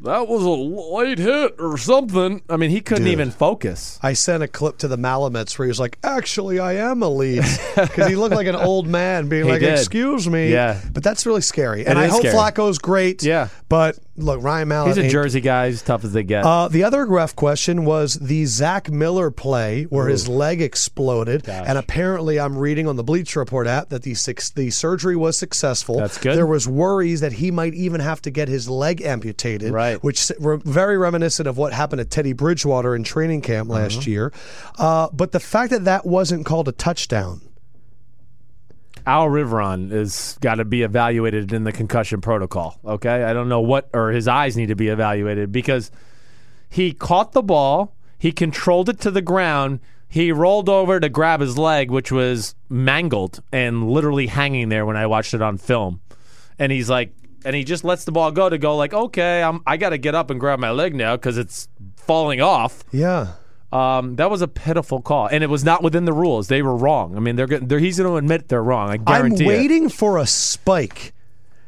[SPEAKER 2] that was a late hit or something. I mean, he couldn't even focus.
[SPEAKER 1] I sent a clip to the Malamets where he was like, "Actually, I am elite," because he looked like an old man
[SPEAKER 2] [laughs]
[SPEAKER 1] being like,
[SPEAKER 2] did.
[SPEAKER 1] "Excuse me."
[SPEAKER 2] Yeah.
[SPEAKER 1] But that's really scary, and
[SPEAKER 2] It
[SPEAKER 1] I
[SPEAKER 2] is
[SPEAKER 1] hope
[SPEAKER 2] scary.
[SPEAKER 1] Flacco's great.
[SPEAKER 2] Yeah.
[SPEAKER 1] But look, Ryan Mallett.
[SPEAKER 2] He's a
[SPEAKER 1] ain't-
[SPEAKER 2] Jersey guy, as tough as they get.
[SPEAKER 1] Uh, the other ref question was the Zach Miller play where his leg exploded, and apparently I'm reading on the Bleacher Report app that the six, the surgery was successful.
[SPEAKER 2] That's good.
[SPEAKER 1] There was worries that he might even have to get his leg amputated,
[SPEAKER 2] Right.
[SPEAKER 1] Which s- re- very reminiscent of what happened to Teddy Bridgewater in training camp last
[SPEAKER 2] Uh-huh.
[SPEAKER 1] year. Uh, but the fact that that wasn't called a touchdown.
[SPEAKER 2] Al Riveron is got to be evaluated in the concussion protocol. Okay, I don't know what or his eyes need to be evaluated because he caught the ball, he controlled it to the ground, he rolled over to grab his leg, which was mangled and literally hanging there when I watched it on film, and he's like, and he just lets the ball go to go like, okay, I'm I got to get up and grab my leg now because it's falling off.
[SPEAKER 1] Yeah.
[SPEAKER 2] Um, that was a pitiful call, and it was not within the rules. They were wrong. I mean, they're, go- they're he's going to admit they're wrong. I guarantee.
[SPEAKER 1] I'm
[SPEAKER 2] it.
[SPEAKER 1] waiting for a spike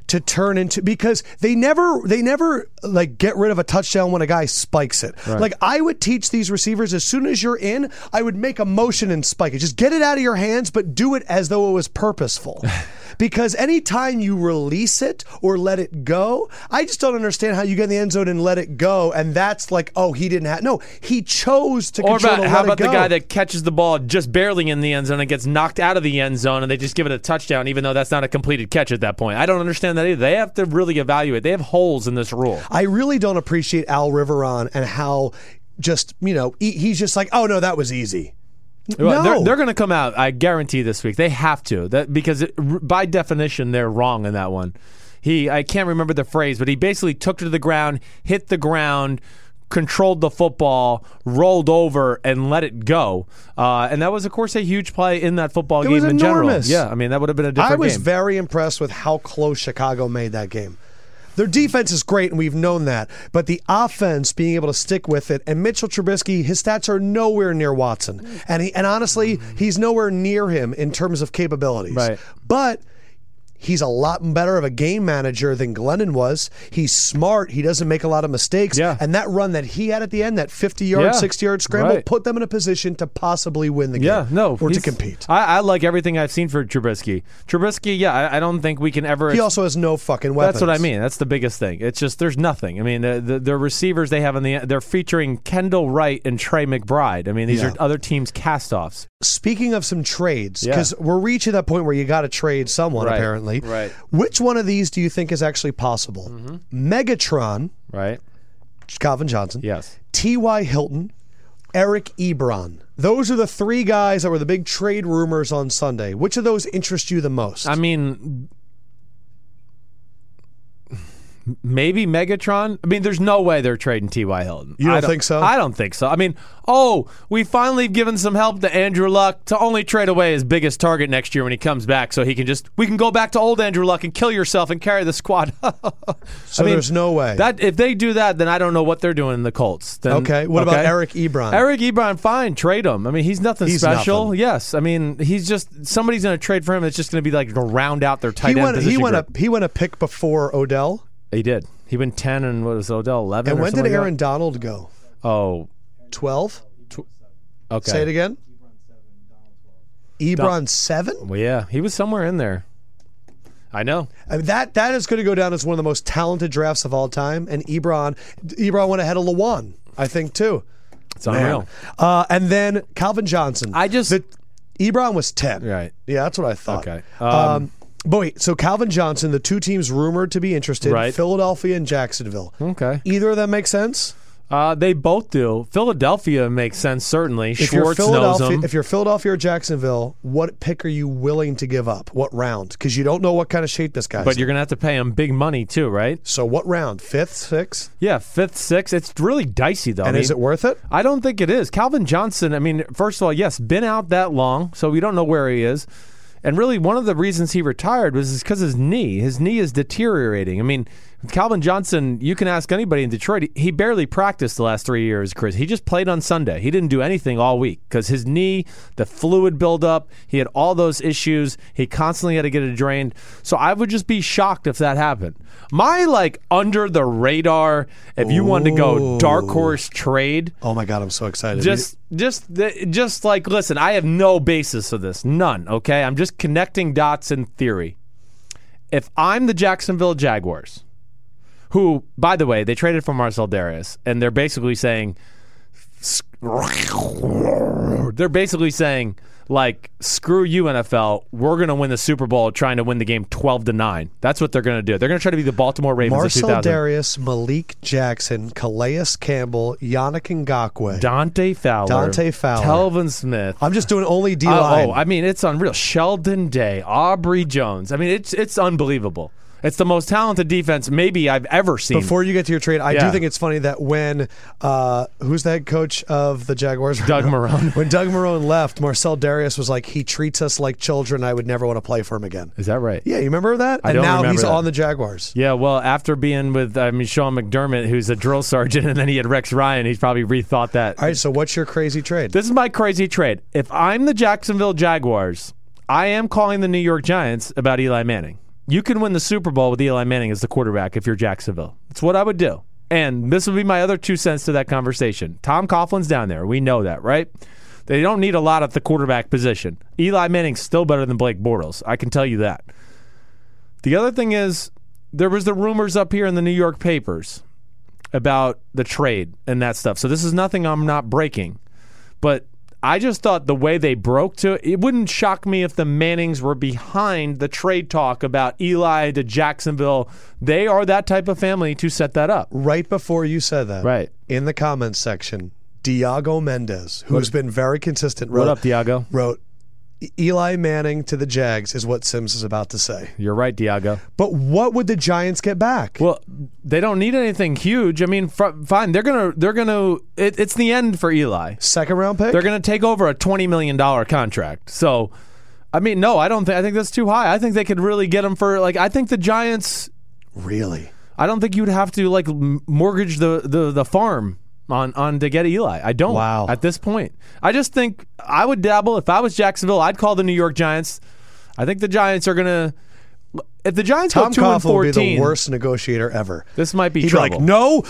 [SPEAKER 1] to turn into because they never they never like get rid of a touchdown when a guy spikes it. Like I would teach these receivers as soon as you're in, I would make a motion and spike it. Just get it out of your hands, but do it as though it was
[SPEAKER 2] [laughs]
[SPEAKER 1] purposeful. because anytime you release it or let it go, I just don't understand how you get in the end zone and let it go and that's like, oh, he didn't have no, he chose to
[SPEAKER 2] Or
[SPEAKER 1] control
[SPEAKER 2] about
[SPEAKER 1] to
[SPEAKER 2] how
[SPEAKER 1] let
[SPEAKER 2] about
[SPEAKER 1] it
[SPEAKER 2] the
[SPEAKER 1] go.
[SPEAKER 2] guy that catches the ball just barely in the end zone and gets knocked out of the end zone, and they just give it a touchdown, even though that's not a completed catch at that point. I don't understand that either. They have to really evaluate. They have holes in this rule.
[SPEAKER 1] I really don't appreciate Al Riveron and how just, you know, he, he's just like, oh, no, that was easy. no.
[SPEAKER 2] Well, They're, they're going to come out. I guarantee this week they have to that because it, r- by definition they're wrong in that one. He I can't remember the phrase, but he basically took it to the ground, hit the ground, controlled the football, rolled over, and let it go. Uh, and that was, of course, a huge play in that football game
[SPEAKER 1] was
[SPEAKER 2] in
[SPEAKER 1] enormous.
[SPEAKER 2] general. Yeah, I mean that would have been a different
[SPEAKER 1] I was
[SPEAKER 2] game.
[SPEAKER 1] very impressed with how close Chicago made that game. Their defense is great, and we've known that. But the offense being able to stick with it, and Mitchell Trubisky, his stats are nowhere near Watson, and he, and honestly, he's nowhere near him in terms of capabilities.
[SPEAKER 2] Right.
[SPEAKER 1] But he's a lot better of a game manager than Glennon was. He's smart. He doesn't make a lot of mistakes.
[SPEAKER 2] Yeah.
[SPEAKER 1] And that run that he had at the end, that fifty-yard,
[SPEAKER 2] Yeah.
[SPEAKER 1] sixty-yard scramble,
[SPEAKER 2] Right.
[SPEAKER 1] put them in a position to possibly win the
[SPEAKER 2] Yeah,
[SPEAKER 1] game.
[SPEAKER 2] no,
[SPEAKER 1] or to
[SPEAKER 2] he's-
[SPEAKER 1] compete.
[SPEAKER 2] I, I like everything I've seen for Trubisky. Trubisky, yeah, I, I don't think we can ever.
[SPEAKER 1] He also has no fucking weapons.
[SPEAKER 2] That's what I mean. That's the biggest thing. It's just there's nothing. I mean, the, the, the receivers they have in the they're featuring Kendall Wright and Trey McBride. I mean, these
[SPEAKER 1] Yeah.
[SPEAKER 2] are other teams' castoffs.
[SPEAKER 1] Speaking of some trades,
[SPEAKER 2] Yeah.
[SPEAKER 1] because we're reaching that point where you got to trade someone,
[SPEAKER 2] Right,
[SPEAKER 1] apparently.
[SPEAKER 2] right. Mm-hmm.
[SPEAKER 1] Which one of these do you think is actually possible? Megatron,
[SPEAKER 2] right?
[SPEAKER 1] Calvin Johnson,
[SPEAKER 2] Yes.
[SPEAKER 1] T.Y. Hilton, Eric Ebron. Those are the three guys that were the big trade rumors on Sunday. Which of those interest you the most?
[SPEAKER 2] I mean, maybe Megatron. I mean, there's no way they're trading T.Y. Hilton. You
[SPEAKER 1] don't think so?
[SPEAKER 2] I don't think so. I mean, oh, we finally have given some help to Andrew Luck to only trade away his biggest target next year when he comes back, so he can just we can go back to old Andrew Luck and kill yourself and carry the squad. [laughs]
[SPEAKER 1] so there's no way.
[SPEAKER 2] That if they do that, then I don't know what they're doing in the Colts. Then-
[SPEAKER 1] okay. What about Eric Ebron?
[SPEAKER 2] Eric Ebron, fine, trade him. I mean, he's nothing
[SPEAKER 1] He's
[SPEAKER 2] special.
[SPEAKER 1] nothing.
[SPEAKER 2] Yes, I mean, he's just somebody's going to trade for him. It's just going to be like to round out their tight
[SPEAKER 1] he
[SPEAKER 2] end
[SPEAKER 1] went. He
[SPEAKER 2] position
[SPEAKER 1] went
[SPEAKER 2] group.
[SPEAKER 1] a he went a pick before Odell.
[SPEAKER 2] He did. He went ten, and what was Odell eleven?
[SPEAKER 1] And
[SPEAKER 2] or
[SPEAKER 1] when did
[SPEAKER 2] something like
[SPEAKER 1] Aaron Donald go?
[SPEAKER 2] that? Oh,
[SPEAKER 1] 12?
[SPEAKER 2] okay.
[SPEAKER 1] Say it again. Ebron 7?
[SPEAKER 2] Well, yeah, he was somewhere in there. I know.
[SPEAKER 1] I mean, that, that is going to go down as one of the most talented drafts of all time. And Ebron, Ebron went ahead of Lawan, I think, too.
[SPEAKER 2] It's unreal.
[SPEAKER 1] Uh, and then Calvin Johnson.
[SPEAKER 2] I just
[SPEAKER 1] The, Ebron was 10.
[SPEAKER 2] Right.
[SPEAKER 1] Yeah, that's what I thought.
[SPEAKER 2] Okay.
[SPEAKER 1] Um, but wait, so Calvin Johnson, the two teams rumored to be interested,
[SPEAKER 2] Right. Hmm.
[SPEAKER 1] Philadelphia and Jacksonville.
[SPEAKER 2] okay.
[SPEAKER 1] Either of them make sense?
[SPEAKER 2] Uh, they both do. Philadelphia makes sense certainly.
[SPEAKER 1] If you're
[SPEAKER 2] Schwartz knows
[SPEAKER 1] Philadelphia,
[SPEAKER 2] them.
[SPEAKER 1] if you're Philadelphia or Jacksonville, what pick are you willing to give up? What round? Because you don't know what kind of shape this guy's.
[SPEAKER 2] but
[SPEAKER 1] in.
[SPEAKER 2] you're gonna have to pay him big money too, right?
[SPEAKER 1] so what round? Fifth, sixth,
[SPEAKER 2] Yeah, fifth, sixth. It's really dicey though. I
[SPEAKER 1] and
[SPEAKER 2] mean,
[SPEAKER 1] is it worth it?
[SPEAKER 2] I don't think it is. Calvin Johnson, I mean, first of all, yes, been out that long, so we don't know where he is. And really, one of the reasons he retired was because his knee. His knee is deteriorating. I mean, Calvin Johnson, you can ask anybody in Detroit, he- he barely practiced the last three years, Chris. He just played on Sunday. He didn't do anything all week because his knee, the fluid buildup, he had all those issues. He constantly had to get it drained. So I would just be shocked if that happened. My, like, under the radar, if you wanted to go dark horse trade,
[SPEAKER 1] Oh my god, I'm so excited.
[SPEAKER 2] just just th- just like listen i have no basis for this none okay i'm just connecting dots in theory if i'm the jacksonville jaguars who by the way they traded for marcel darius and they're basically saying they're basically saying like screw you nfl we're going to win the super bowl trying to win the game 12 to 9 that's what they're going to do they're going to try to be the baltimore ravens of
[SPEAKER 1] Marcel
[SPEAKER 2] 2000
[SPEAKER 1] Darius, Malik Jackson, Calais Campbell, Yannick Ngakwe.
[SPEAKER 2] dante fowler
[SPEAKER 1] Dante Fowler.
[SPEAKER 2] telvin smith
[SPEAKER 1] I'm just doing only D
[SPEAKER 2] Oh,
[SPEAKER 1] line.
[SPEAKER 2] Oh, I mean, it's unreal. Sheldon Day, Aubrey Jones. I mean, it's it's unbelievable. It's the most talented defense maybe I've ever seen.
[SPEAKER 1] Before you get to your trade, I do
[SPEAKER 2] Yeah.
[SPEAKER 1] think it's funny that when uh, who's the head coach of the Jaguars? right
[SPEAKER 2] [laughs] [laughs] Doug
[SPEAKER 1] now?
[SPEAKER 2] Marone.
[SPEAKER 1] When Doug Marone left, Marcel Darius was like, "He treats us like children. I would never want to play for him again."
[SPEAKER 2] Is that right?
[SPEAKER 1] Yeah, you remember that? and
[SPEAKER 2] don't
[SPEAKER 1] now
[SPEAKER 2] remember
[SPEAKER 1] he's
[SPEAKER 2] that.
[SPEAKER 1] on the Jaguars.
[SPEAKER 2] Yeah, well, after being with uh, I mean Sean McDermott, who's a drill sergeant, [laughs] and then he had Rex Ryan, he's probably rethought that.
[SPEAKER 1] All right, so what's your crazy trade?
[SPEAKER 2] This is my crazy trade. If I'm the Jacksonville Jaguars, I am calling the New York Giants about Eli Manning. You can win the Super Bowl with Eli Manning as the quarterback if you're Jacksonville. It's what I would do. And this would be my other two cents to that conversation. Tom Coughlin's down there. We know that, right? They don't need a lot at the quarterback position. Eli Manning's still better than Blake Bortles. I can tell you that. The other thing is, there was the rumors up here in the New York papers about the trade and that stuff. So this is nothing I'm not breaking but I just thought the way they broke to it, it wouldn't shock me if the Mannings were behind the trade talk about Eli to Jacksonville. They are that type of family to set that up.
[SPEAKER 1] Right before you said that,
[SPEAKER 2] Right.
[SPEAKER 1] in the comments section, Diago Mendez, who's been very consistent, wrote,
[SPEAKER 2] What up, Diago?
[SPEAKER 1] wrote, "E- Eli Manning to the Jags is what Sims is about to say.
[SPEAKER 2] You're right, Diago.
[SPEAKER 1] But what would the Giants get back?
[SPEAKER 2] Well, they don't need anything huge. I mean, fr- fine, they're gonna they're gonna. It, it's the end for Eli.
[SPEAKER 1] Second round pick?
[SPEAKER 2] They're going to take over a twenty million dollar contract. So, I mean, no, I don't think I think that's too high. I think they could really get him for like. I think the Giants
[SPEAKER 1] really?
[SPEAKER 2] I don't think you'd have to like m- mortgage the, the, the farm on on to get Eli. I don't.
[SPEAKER 1] Wow.
[SPEAKER 2] At this point, I just think I would dabble. If I was Jacksonville, I'd call the New York Giants. I think the Giants are gonna. If the Giants
[SPEAKER 1] Tom
[SPEAKER 2] go two and
[SPEAKER 1] Coughlin would be
[SPEAKER 2] fourteen,
[SPEAKER 1] the worst negotiator ever.
[SPEAKER 2] this might be
[SPEAKER 1] He'd
[SPEAKER 2] trouble.
[SPEAKER 1] be like, no.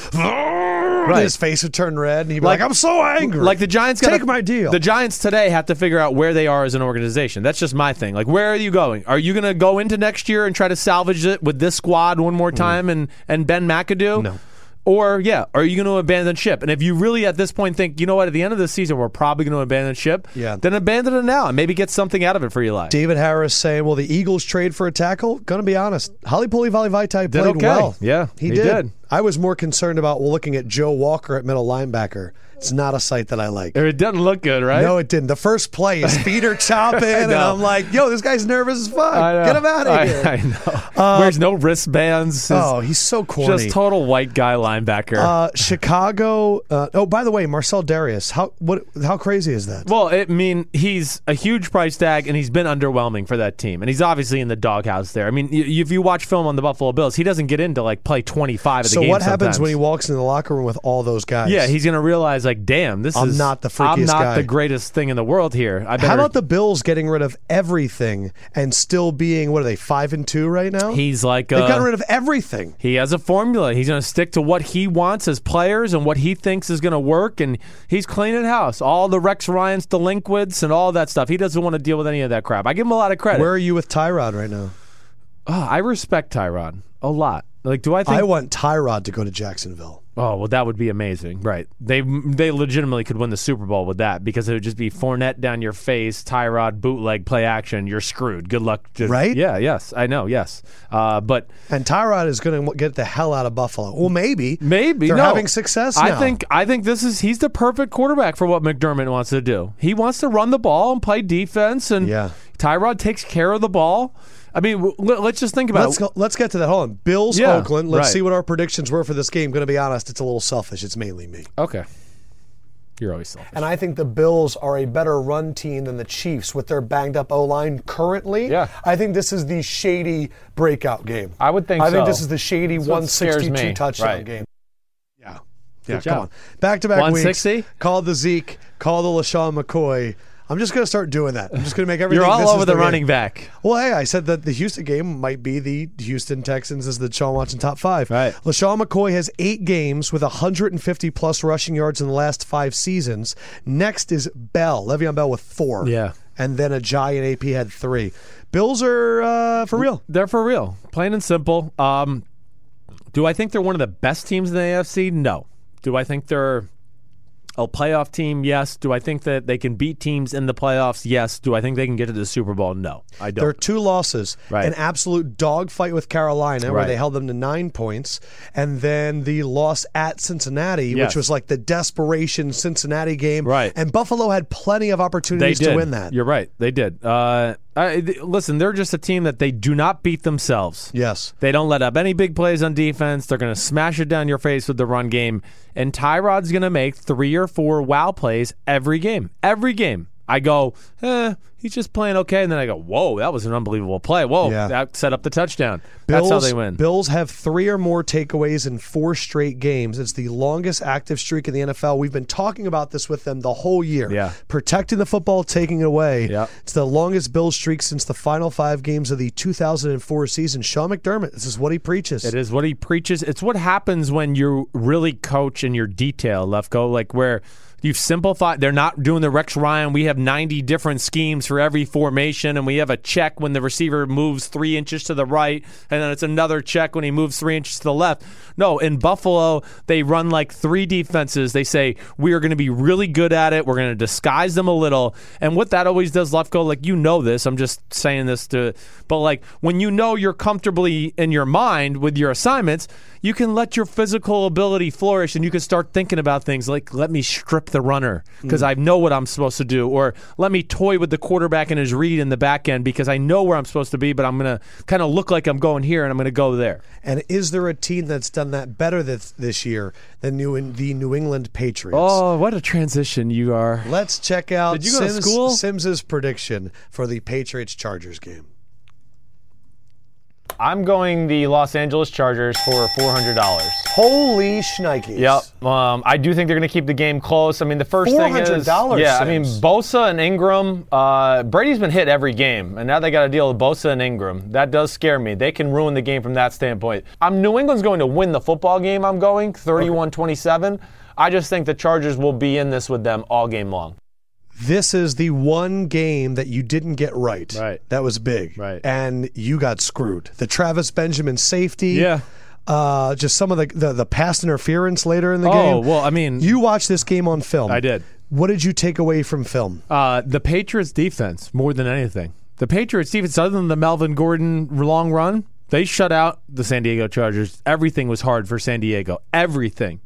[SPEAKER 1] Right. His face would turn red, and he'd be like,
[SPEAKER 2] Like-
[SPEAKER 1] I'm so angry.
[SPEAKER 2] Like the Giants gotta,
[SPEAKER 1] Take my deal.
[SPEAKER 2] The Giants today have to figure out where they are as an organization. That's just my thing. Like, where are you going? Are you going to go into next year and try to salvage it with this squad one
[SPEAKER 1] Mm-hmm.
[SPEAKER 2] more time and and Ben McAdoo? No. Or yeah, are you going to abandon ship? And if you really at this point think, you know what, at the end of the season we're probably going to abandon ship,
[SPEAKER 1] Yeah.
[SPEAKER 2] then abandon it now and maybe get something out of it for Eli.
[SPEAKER 1] David Harris saying, "Will the Eagles trade for a tackle?" Gonna be honest, Holly Poli Valley Vitae played
[SPEAKER 2] okay.
[SPEAKER 1] well.
[SPEAKER 2] Yeah,
[SPEAKER 1] he,
[SPEAKER 2] he
[SPEAKER 1] did.
[SPEAKER 2] did.
[SPEAKER 1] I was more concerned about looking at Joe Walker at middle linebacker. It's not a sight that I like.
[SPEAKER 2] It doesn't look good, right?
[SPEAKER 1] No, it didn't. The first play is
[SPEAKER 2] [laughs]
[SPEAKER 1] Peter chopping, and
[SPEAKER 2] know.
[SPEAKER 1] I'm like, "Yo, this guy's nervous as fuck.
[SPEAKER 2] I know.
[SPEAKER 1] Get him out
[SPEAKER 2] I-
[SPEAKER 1] of here."
[SPEAKER 2] [laughs]
[SPEAKER 1] Um,
[SPEAKER 2] I know. Wears no wristbands. His-
[SPEAKER 1] oh, he's so corny.
[SPEAKER 2] just total white guy linebacker.
[SPEAKER 1] uh, Chicago. Uh, oh, by the way, Marcel Darius. How what? How crazy is that?
[SPEAKER 2] Well, I mean, he's a huge price tag, and he's been underwhelming for that team. And he's obviously in the doghouse there. I mean, y- if you watch film on the Buffalo Bills, he doesn't get into like play 25 of the
[SPEAKER 1] so
[SPEAKER 2] game
[SPEAKER 1] what happens
[SPEAKER 2] sometimes.
[SPEAKER 1] when he walks into the locker room with all those guys?
[SPEAKER 2] Yeah, he's gonna realize like, damn, this
[SPEAKER 1] I'm
[SPEAKER 2] is
[SPEAKER 1] not the
[SPEAKER 2] I'm
[SPEAKER 1] freakiest
[SPEAKER 2] not
[SPEAKER 1] guy.
[SPEAKER 2] the greatest thing in the world here. I better.
[SPEAKER 1] How about the Bills getting rid of everything and still being what are they five and two right now?
[SPEAKER 2] he's like
[SPEAKER 1] They've
[SPEAKER 2] uh,
[SPEAKER 1] gotten rid of everything.
[SPEAKER 2] he has a formula. He's gonna stick to what he wants as players and what he thinks is gonna work, and he's cleaning house. All the Rex Ryan's delinquents and all that stuff. He doesn't want to deal with any of that crap. I give him a lot of credit.
[SPEAKER 1] Where are you with Tyrod right now?
[SPEAKER 2] Oh, I respect Tyrod a lot. Like, do I think?
[SPEAKER 1] I want Tyrod to go to Jacksonville.
[SPEAKER 2] oh, well, that would be amazing, right? They they legitimately could win the Super Bowl with that because it would just be Fournette down your face, Tyrod bootleg play action. You're screwed. Good luck. To,
[SPEAKER 1] Right?
[SPEAKER 2] Yeah. Yes. I know. Yes. Uh, but
[SPEAKER 1] And Tyrod is going to get the hell out of Buffalo. Well, maybe.
[SPEAKER 2] maybe
[SPEAKER 1] They're
[SPEAKER 2] no.
[SPEAKER 1] having success
[SPEAKER 2] I
[SPEAKER 1] now.
[SPEAKER 2] think I think this is he's the perfect quarterback for what McDermott wants to do. He wants to run the ball and play defense, and
[SPEAKER 1] Yeah.
[SPEAKER 2] Tyrod takes care of the ball. I mean, w- let- let's just think about
[SPEAKER 1] Let's go, let's get to that. Hold on. Bills,
[SPEAKER 2] Yeah,
[SPEAKER 1] Oakland. Let's
[SPEAKER 2] right.
[SPEAKER 1] see what our predictions were for this game. Going to be honest, it's a little selfish. It's mainly me.
[SPEAKER 2] Okay. You're always selfish.
[SPEAKER 1] And I think the Bills are a better run team than the Chiefs with their banged up O line currently.
[SPEAKER 2] Yeah.
[SPEAKER 1] I think this is the shady breakout game.
[SPEAKER 2] I would think
[SPEAKER 1] I think
[SPEAKER 2] so.
[SPEAKER 1] this is the shady
[SPEAKER 2] what scares
[SPEAKER 1] 162
[SPEAKER 2] me.
[SPEAKER 1] touchdown
[SPEAKER 2] Right.
[SPEAKER 1] game. Yeah.
[SPEAKER 2] Good
[SPEAKER 1] Yeah,
[SPEAKER 2] job.
[SPEAKER 1] come on. Back to back weeks.
[SPEAKER 2] 160?
[SPEAKER 1] Call the Zeke, call the LaShawn McCoy. I'm just going to start doing that. I'm just going to make everything
[SPEAKER 2] You're all
[SPEAKER 1] this
[SPEAKER 2] over
[SPEAKER 1] is
[SPEAKER 2] the
[SPEAKER 1] their
[SPEAKER 2] running
[SPEAKER 1] game.
[SPEAKER 2] back.
[SPEAKER 1] Well, hey, I said that the Houston game might be the Houston Texans as the Sean Watson top five.
[SPEAKER 2] Right.
[SPEAKER 1] LaShawn McCoy has eight games with 150 plus rushing yards in the last five seasons. Next is Bell, Le'Veon Bell with four.
[SPEAKER 2] Yeah.
[SPEAKER 1] And then a giant AP had three. Bills are uh, for real.
[SPEAKER 2] They're for real, plain and simple. Um, do I think they're one of the best teams in the AFC? No. Do I think they're a playoff team? Yes. Do I think that they can beat teams in the playoffs? Yes. Do I think they can get to the Super Bowl? No, I don't.
[SPEAKER 1] There are two losses.
[SPEAKER 2] Right.
[SPEAKER 1] An absolute dogfight with Carolina, where
[SPEAKER 2] Right.
[SPEAKER 1] they held them to nine points, and then the loss at Cincinnati,
[SPEAKER 2] Yes.
[SPEAKER 1] which was like the desperation Cincinnati game.
[SPEAKER 2] Right.
[SPEAKER 1] And Buffalo had plenty of
[SPEAKER 2] they
[SPEAKER 1] opportunities
[SPEAKER 2] did
[SPEAKER 1] to win that.
[SPEAKER 2] You're right. They did. Uh, I, th- listen, they're just a team that they do not beat themselves.
[SPEAKER 1] yes.
[SPEAKER 2] They don't let up any big plays on defense. They're going to smash it down your face with the run game. And Tyrod's going to make three or four wow plays every game. Every game. I go, eh, he's just playing okay. And then I go, whoa, that was an unbelievable play. Whoa,
[SPEAKER 1] Yeah.
[SPEAKER 2] that set up the touchdown.
[SPEAKER 1] Bills,
[SPEAKER 2] That's how they win.
[SPEAKER 1] Bills have three or more takeaways in four straight games. It's the longest active streak in the NFL. We've been talking about this with them the whole year.
[SPEAKER 2] Yeah.
[SPEAKER 1] Protecting the football, taking it away.
[SPEAKER 2] Yeah.
[SPEAKER 1] It's the longest Bills streak since the final five games of the 2004 season. Sean McDermott, this is what he preaches.
[SPEAKER 2] It is what he preaches. It's what happens when you really coach in your detail, Lefko, like where you've simplified. They're not doing the Rex Ryan. We have 90 different schemes for every formation, and we have a check when the receiver moves three inches to the right, and then it's another check when he moves three inches to the left. No, in Buffalo, they run like three defenses. They say, we are going to be really good at it. We're going to disguise them a little. And what that always does, Lefko, like you know this. I'm just saying this to, but like when you know you're comfortably in your mind with your assignments, you can let your physical ability flourish and you can start thinking about things like, let me strip the runner because I know what I'm supposed to do, or let me toy with the quarterback and his read in the back end because I know where I'm supposed to be, but I'm going to kind of look like I'm going here and I'm going to go there.
[SPEAKER 1] And is there a team that's done that better this, this year than New, the New England Patriots?
[SPEAKER 2] Oh, what a transition you are.
[SPEAKER 1] Let's check out
[SPEAKER 2] Did you go to
[SPEAKER 1] Sims-
[SPEAKER 2] school?
[SPEAKER 1] Sims's prediction for the Patriots Chargers game.
[SPEAKER 3] I'm going the Los Angeles Chargers for $400.
[SPEAKER 1] Holy shnikes.
[SPEAKER 3] Yep. Um, I do think they're going to keep the game close. I mean, the first thing is
[SPEAKER 1] $400
[SPEAKER 3] yeah. I mean,
[SPEAKER 1] Sims.
[SPEAKER 3] Bosa and Ingram. Uh, Brady's been hit every game, and now they got to deal with Bosa and Ingram. That does scare me. They can ruin the game from that standpoint. I'm New England's going to win the football game. I'm going 31-27. I just think the Chargers will be in this with them all game long.
[SPEAKER 1] this is the one game that you didn't get right.
[SPEAKER 2] Right.
[SPEAKER 1] That was big.
[SPEAKER 2] Right.
[SPEAKER 1] And you got screwed. The Travis Benjamin safety.
[SPEAKER 2] Yeah.
[SPEAKER 1] Uh, just some of the, the the pass interference later in the game.
[SPEAKER 2] Oh, well, I mean,
[SPEAKER 1] you watched this game on film.
[SPEAKER 2] I did.
[SPEAKER 1] What did you take away from film?
[SPEAKER 2] Uh, the Patriots defense more than anything. The Patriots defense, other than the Melvin Gordon long run, they shut out the San Diego Chargers. Everything was hard for San Diego. Everything.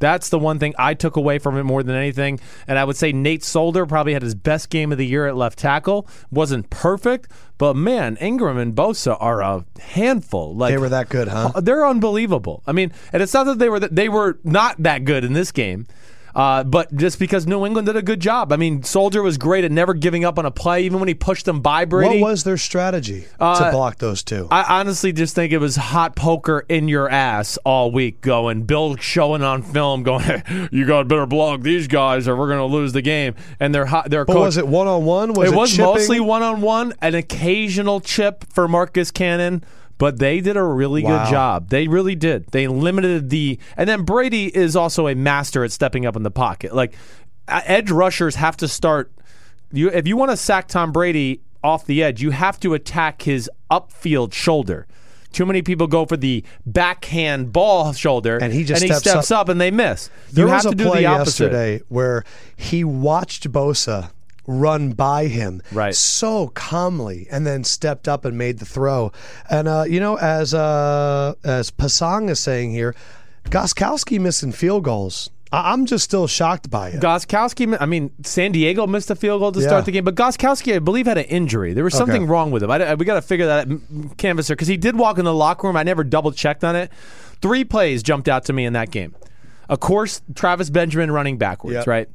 [SPEAKER 2] That's the one thing I took away from it more than anything. And I would say Nate Solder probably had his best game of the year at left tackle. Wasn't perfect, but man, Ingram and Bosa are a handful. Like
[SPEAKER 1] They were that good, huh?
[SPEAKER 2] uh, They're unbelievable. I mean, and it's not that they were th- they were not that good in this game. Uh, but just because New England did a good job. I mean, Soldier was great at never giving up on a play, even when he pushed them by
[SPEAKER 1] What
[SPEAKER 2] Brady.
[SPEAKER 1] was their strategy to block those two?
[SPEAKER 2] Uh, I honestly just think it was hot poker in your ass all week going. Bill showing on film going, [laughs] hey, you got better block these guys or we're going to lose the game. And they're hot. They're
[SPEAKER 1] but was it one on one? Was
[SPEAKER 2] it
[SPEAKER 1] it,
[SPEAKER 2] was
[SPEAKER 1] chipping?
[SPEAKER 2] mostly one on one, an occasional chip for Marcus Cannon, but they did a really
[SPEAKER 1] Wow.
[SPEAKER 2] good job. They really did. They limited the. And then Brady is also a master at stepping up in the pocket. Like, uh, edge rushers have to start. You, if you want to sack Tom Brady off the edge, you have to attack his upfield shoulder. Too many people go for the backhand ball shoulder,
[SPEAKER 1] And he just steps
[SPEAKER 2] up. and they miss.
[SPEAKER 1] There
[SPEAKER 2] you
[SPEAKER 1] was
[SPEAKER 2] have
[SPEAKER 1] a
[SPEAKER 2] to do
[SPEAKER 1] play
[SPEAKER 2] the opposite.
[SPEAKER 1] yesterday where he watched Bosa run by him
[SPEAKER 2] Right.
[SPEAKER 1] so calmly and then stepped up and made the throw. And uh, you know, as uh, as Pasang is saying here, Goskowski missing field goals. I- I'm just still shocked by it.
[SPEAKER 2] Goskowski, I mean, San Diego missed a field goal to
[SPEAKER 1] Yeah.
[SPEAKER 2] start the game, but Goskowski, I believe, had an injury. There was something wrong with him. I, I- we got to figure that out, canvasser, because he did walk in the locker room. I never double checked on it. Three plays jumped out to me in that game. Of course, Travis Benjamin running backwards,
[SPEAKER 1] Yep.
[SPEAKER 2] right?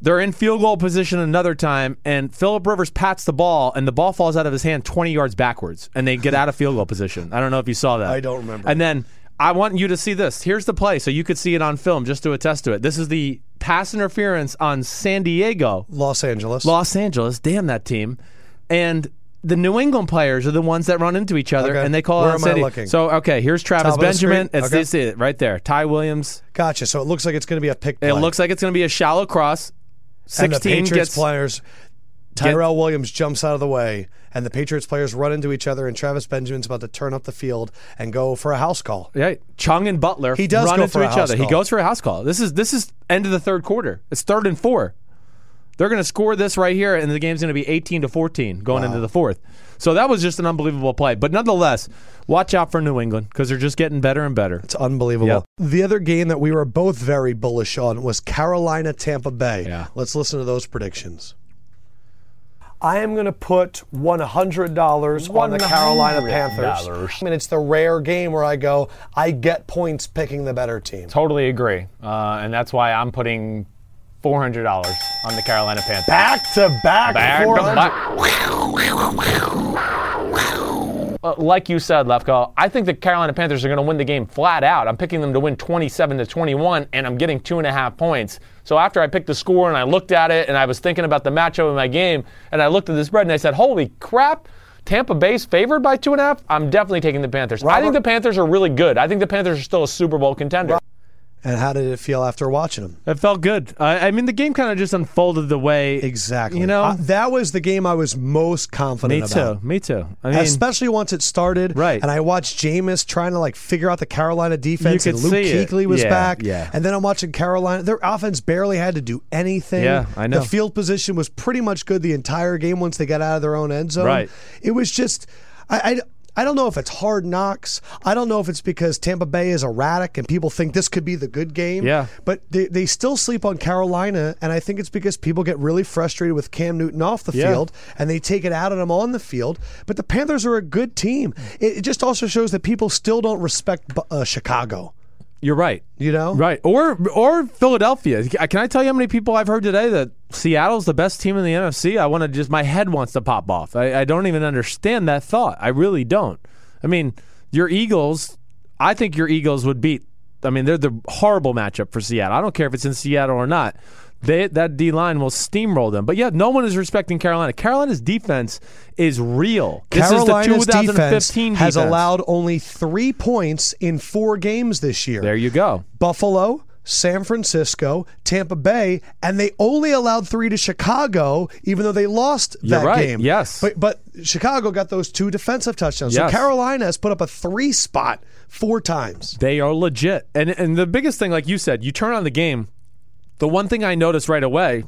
[SPEAKER 2] They're in field goal position another time, and Philip Rivers pats the ball, and the ball falls out of his hand 20 yards backwards, and they get out of field goal position. I don't know if you saw that.
[SPEAKER 1] I don't remember.
[SPEAKER 2] And then I want you to see this. Here's the play, so you could see it on film just to attest to it. This is the pass interference on San Diego,
[SPEAKER 1] Los Angeles.
[SPEAKER 2] Los Angeles. Damn that team. And the New England players are the ones that run into each other,
[SPEAKER 1] Okay.
[SPEAKER 2] and they call
[SPEAKER 1] Where
[SPEAKER 2] it
[SPEAKER 1] am
[SPEAKER 2] on San
[SPEAKER 1] I
[SPEAKER 2] Di-
[SPEAKER 1] looking?
[SPEAKER 2] So okay, here's Travis
[SPEAKER 1] Top of the
[SPEAKER 2] Benjamin.
[SPEAKER 1] screen?
[SPEAKER 2] It's
[SPEAKER 1] Okay.
[SPEAKER 2] this it right there. Ty Williams.
[SPEAKER 1] gotcha. So it looks like it's going to be a pick.
[SPEAKER 2] It
[SPEAKER 1] play.
[SPEAKER 2] looks like it's going to be a shallow cross.
[SPEAKER 1] and the
[SPEAKER 2] Sixteen
[SPEAKER 1] Patriots
[SPEAKER 2] gets
[SPEAKER 1] players. Tyrell Williams jumps out of the way, and the Patriots players run into each other, and Travis Benjamin's about to turn up the field and go for a house call.
[SPEAKER 2] Right. Chung and Butler he
[SPEAKER 1] does
[SPEAKER 2] run
[SPEAKER 1] go
[SPEAKER 2] into
[SPEAKER 1] for a
[SPEAKER 2] each
[SPEAKER 1] house
[SPEAKER 2] other. He
[SPEAKER 1] call.
[SPEAKER 2] goes for a house call. This is this is end of the third quarter. It's third and four. They're going to score this right here, and the game's going to be 18 to 14 going into the fourth. So that was just an unbelievable play. But nonetheless, watch out for New England because they're just getting better and better.
[SPEAKER 1] It's unbelievable.
[SPEAKER 2] Yep.
[SPEAKER 1] The other game that we were both very bullish on was Carolina Tampa Bay.
[SPEAKER 2] Yeah.
[SPEAKER 1] Let's listen to those predictions. I am going to put $100 on the Carolina Panthers. I mean, it's the rare game where I go, I get points picking the better team.
[SPEAKER 3] Totally agree. Uh, and that's why I'm putting $400 on the Carolina Panthers.
[SPEAKER 1] Back to back,
[SPEAKER 3] Back to
[SPEAKER 1] 400.
[SPEAKER 3] back. Uh, Like you said, Lefko, I think the Carolina Panthers are going to win the game flat out. I'm picking them to win 27 to 21, and I'm getting two and a half points. So after I picked the score and I looked at it, and I was thinking about the matchup in my game, and I looked at the spread and I said, "Holy crap!" Tampa Bay's favored by two and a half. I'm definitely taking the Panthers. I think
[SPEAKER 1] Robert-
[SPEAKER 3] the Panthers are really good. I think the Panthers are still a Super Bowl contender.
[SPEAKER 1] And how did it feel after watching them?
[SPEAKER 2] It felt good. I, I mean, the game kind of just unfolded the way.
[SPEAKER 1] Exactly.
[SPEAKER 2] You know?
[SPEAKER 1] I- that was the game I was most confident
[SPEAKER 2] me too.
[SPEAKER 1] about.
[SPEAKER 2] Me too. I mean,
[SPEAKER 1] Especially once it started,
[SPEAKER 2] Right.
[SPEAKER 1] And I watched Jameis trying to like figure out the Carolina defense,
[SPEAKER 2] You could
[SPEAKER 1] and Luke
[SPEAKER 2] see it.
[SPEAKER 1] Kuechly was
[SPEAKER 2] Yeah,
[SPEAKER 1] back,
[SPEAKER 2] yeah.
[SPEAKER 1] And then I'm watching Carolina; their offense barely had to do anything.
[SPEAKER 2] Yeah, I know.
[SPEAKER 1] The field position was pretty much good the entire game once they got out of their own end zone.
[SPEAKER 2] Right.
[SPEAKER 1] It was just, I. I I don't know if it's hard knocks. I don't know if it's because Tampa Bay is erratic and people think this could be the good game.
[SPEAKER 2] Yeah.
[SPEAKER 1] But they, they still sleep on Carolina, and I think it's because people get really frustrated with Cam Newton off the
[SPEAKER 2] Yeah.
[SPEAKER 1] field and they take it out on him on the field. But the Panthers are a good team. It, it just also shows that people still don't respect Bu- uh, Chicago.
[SPEAKER 2] you're right.
[SPEAKER 1] You know,
[SPEAKER 2] Right. Or or Philadelphia. Can I tell you how many people I've heard today that Seattle's the best team in the NFC? I want to just my head wants to pop off. I, I don't even understand that thought. I really don't. I mean, your Eagles, I think your Eagles would beat I mean, they're the horrible matchup for Seattle. I don't care if it's in Seattle or not. They, that D line will steamroll them. But yeah, no one is respecting Carolina. Carolina's defense is real.
[SPEAKER 1] Carolina's
[SPEAKER 2] this is the 2015
[SPEAKER 1] defense has
[SPEAKER 2] defense.
[SPEAKER 1] allowed only three points in four games this year.
[SPEAKER 2] There you go.
[SPEAKER 1] Buffalo, San Francisco, Tampa Bay, and they only allowed three to Chicago, even though they lost that
[SPEAKER 2] right,
[SPEAKER 1] game.
[SPEAKER 2] yes.
[SPEAKER 1] But, but Chicago got those two defensive touchdowns.
[SPEAKER 2] Yes.
[SPEAKER 1] So Carolina has put up a three spot four times.
[SPEAKER 2] They are legit. And and the biggest thing, like you said, you turn on the game. The one thing I noticed right away,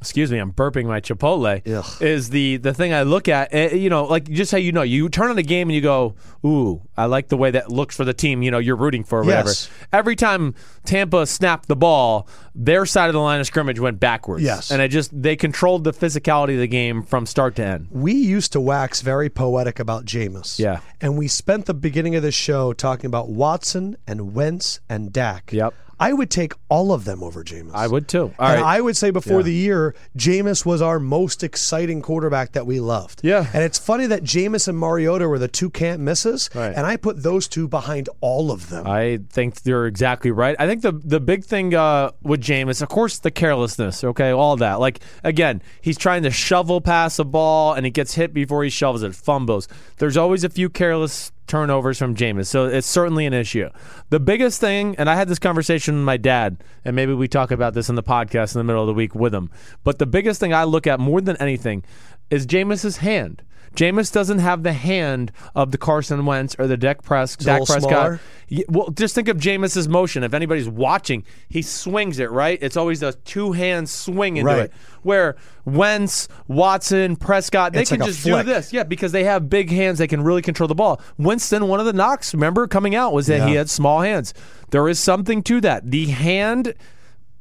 [SPEAKER 2] excuse me, I'm burping my Chipotle,
[SPEAKER 1] Ugh.
[SPEAKER 2] is the the thing I look at. eh, You know, like just how you know, you turn on the game and you go, "Ooh, I like the way that looks for the team." You know, you're rooting for or whatever.
[SPEAKER 1] Yes.
[SPEAKER 2] Every time Tampa snapped the ball, their side of the line of scrimmage went backwards.
[SPEAKER 1] Yes.
[SPEAKER 2] and I just they controlled the physicality of the game from start to end.
[SPEAKER 1] We used to wax very poetic about Jameis.
[SPEAKER 2] Yeah.
[SPEAKER 1] And we spent the beginning of this show talking about Watson and Wentz and Dak.
[SPEAKER 2] Yep.
[SPEAKER 1] I would take all of them over Jameis.
[SPEAKER 2] I would too. All
[SPEAKER 1] and
[SPEAKER 2] right.
[SPEAKER 1] I would say before the year, Jameis was our most exciting quarterback that we loved.
[SPEAKER 2] Yeah.
[SPEAKER 1] And it's funny that Jameis and Mariota were the two can't misses,
[SPEAKER 2] Right. Uh,
[SPEAKER 1] and I put those two behind all of them.
[SPEAKER 2] I think you're exactly right. I think the the big thing uh, with Jameis, of course, the carelessness. Okay, all that. Like again, he's trying to shovel pass a ball, and he gets hit before he shovels it. Fumbles. There's always a few careless turnovers from Jameis, so it's certainly an issue. The biggest thing, and I had this conversation with my dad, and maybe we talk about this in the podcast in the middle of the week with him. But the biggest thing I look at more than anything is Jameis's hand. Jameis doesn't have the hand of the Carson Wentz or the Dak, Pres- Dak
[SPEAKER 1] little
[SPEAKER 2] Prescott.
[SPEAKER 1] smaller.
[SPEAKER 2] Yeah, well, just think of Jameis's motion. If anybody's watching, he swings it right. It's always a two hand swing into
[SPEAKER 1] Right.
[SPEAKER 2] it. Where Wentz, Watson, Prescott, they
[SPEAKER 1] It's
[SPEAKER 2] can
[SPEAKER 1] like a
[SPEAKER 2] just
[SPEAKER 1] flick.
[SPEAKER 2] do this, yeah, because they have big hands. They can really control the ball. Winston, one of the knocks, remember coming out was that he
[SPEAKER 1] Yeah.
[SPEAKER 2] had small hands. There is something to that. The hand.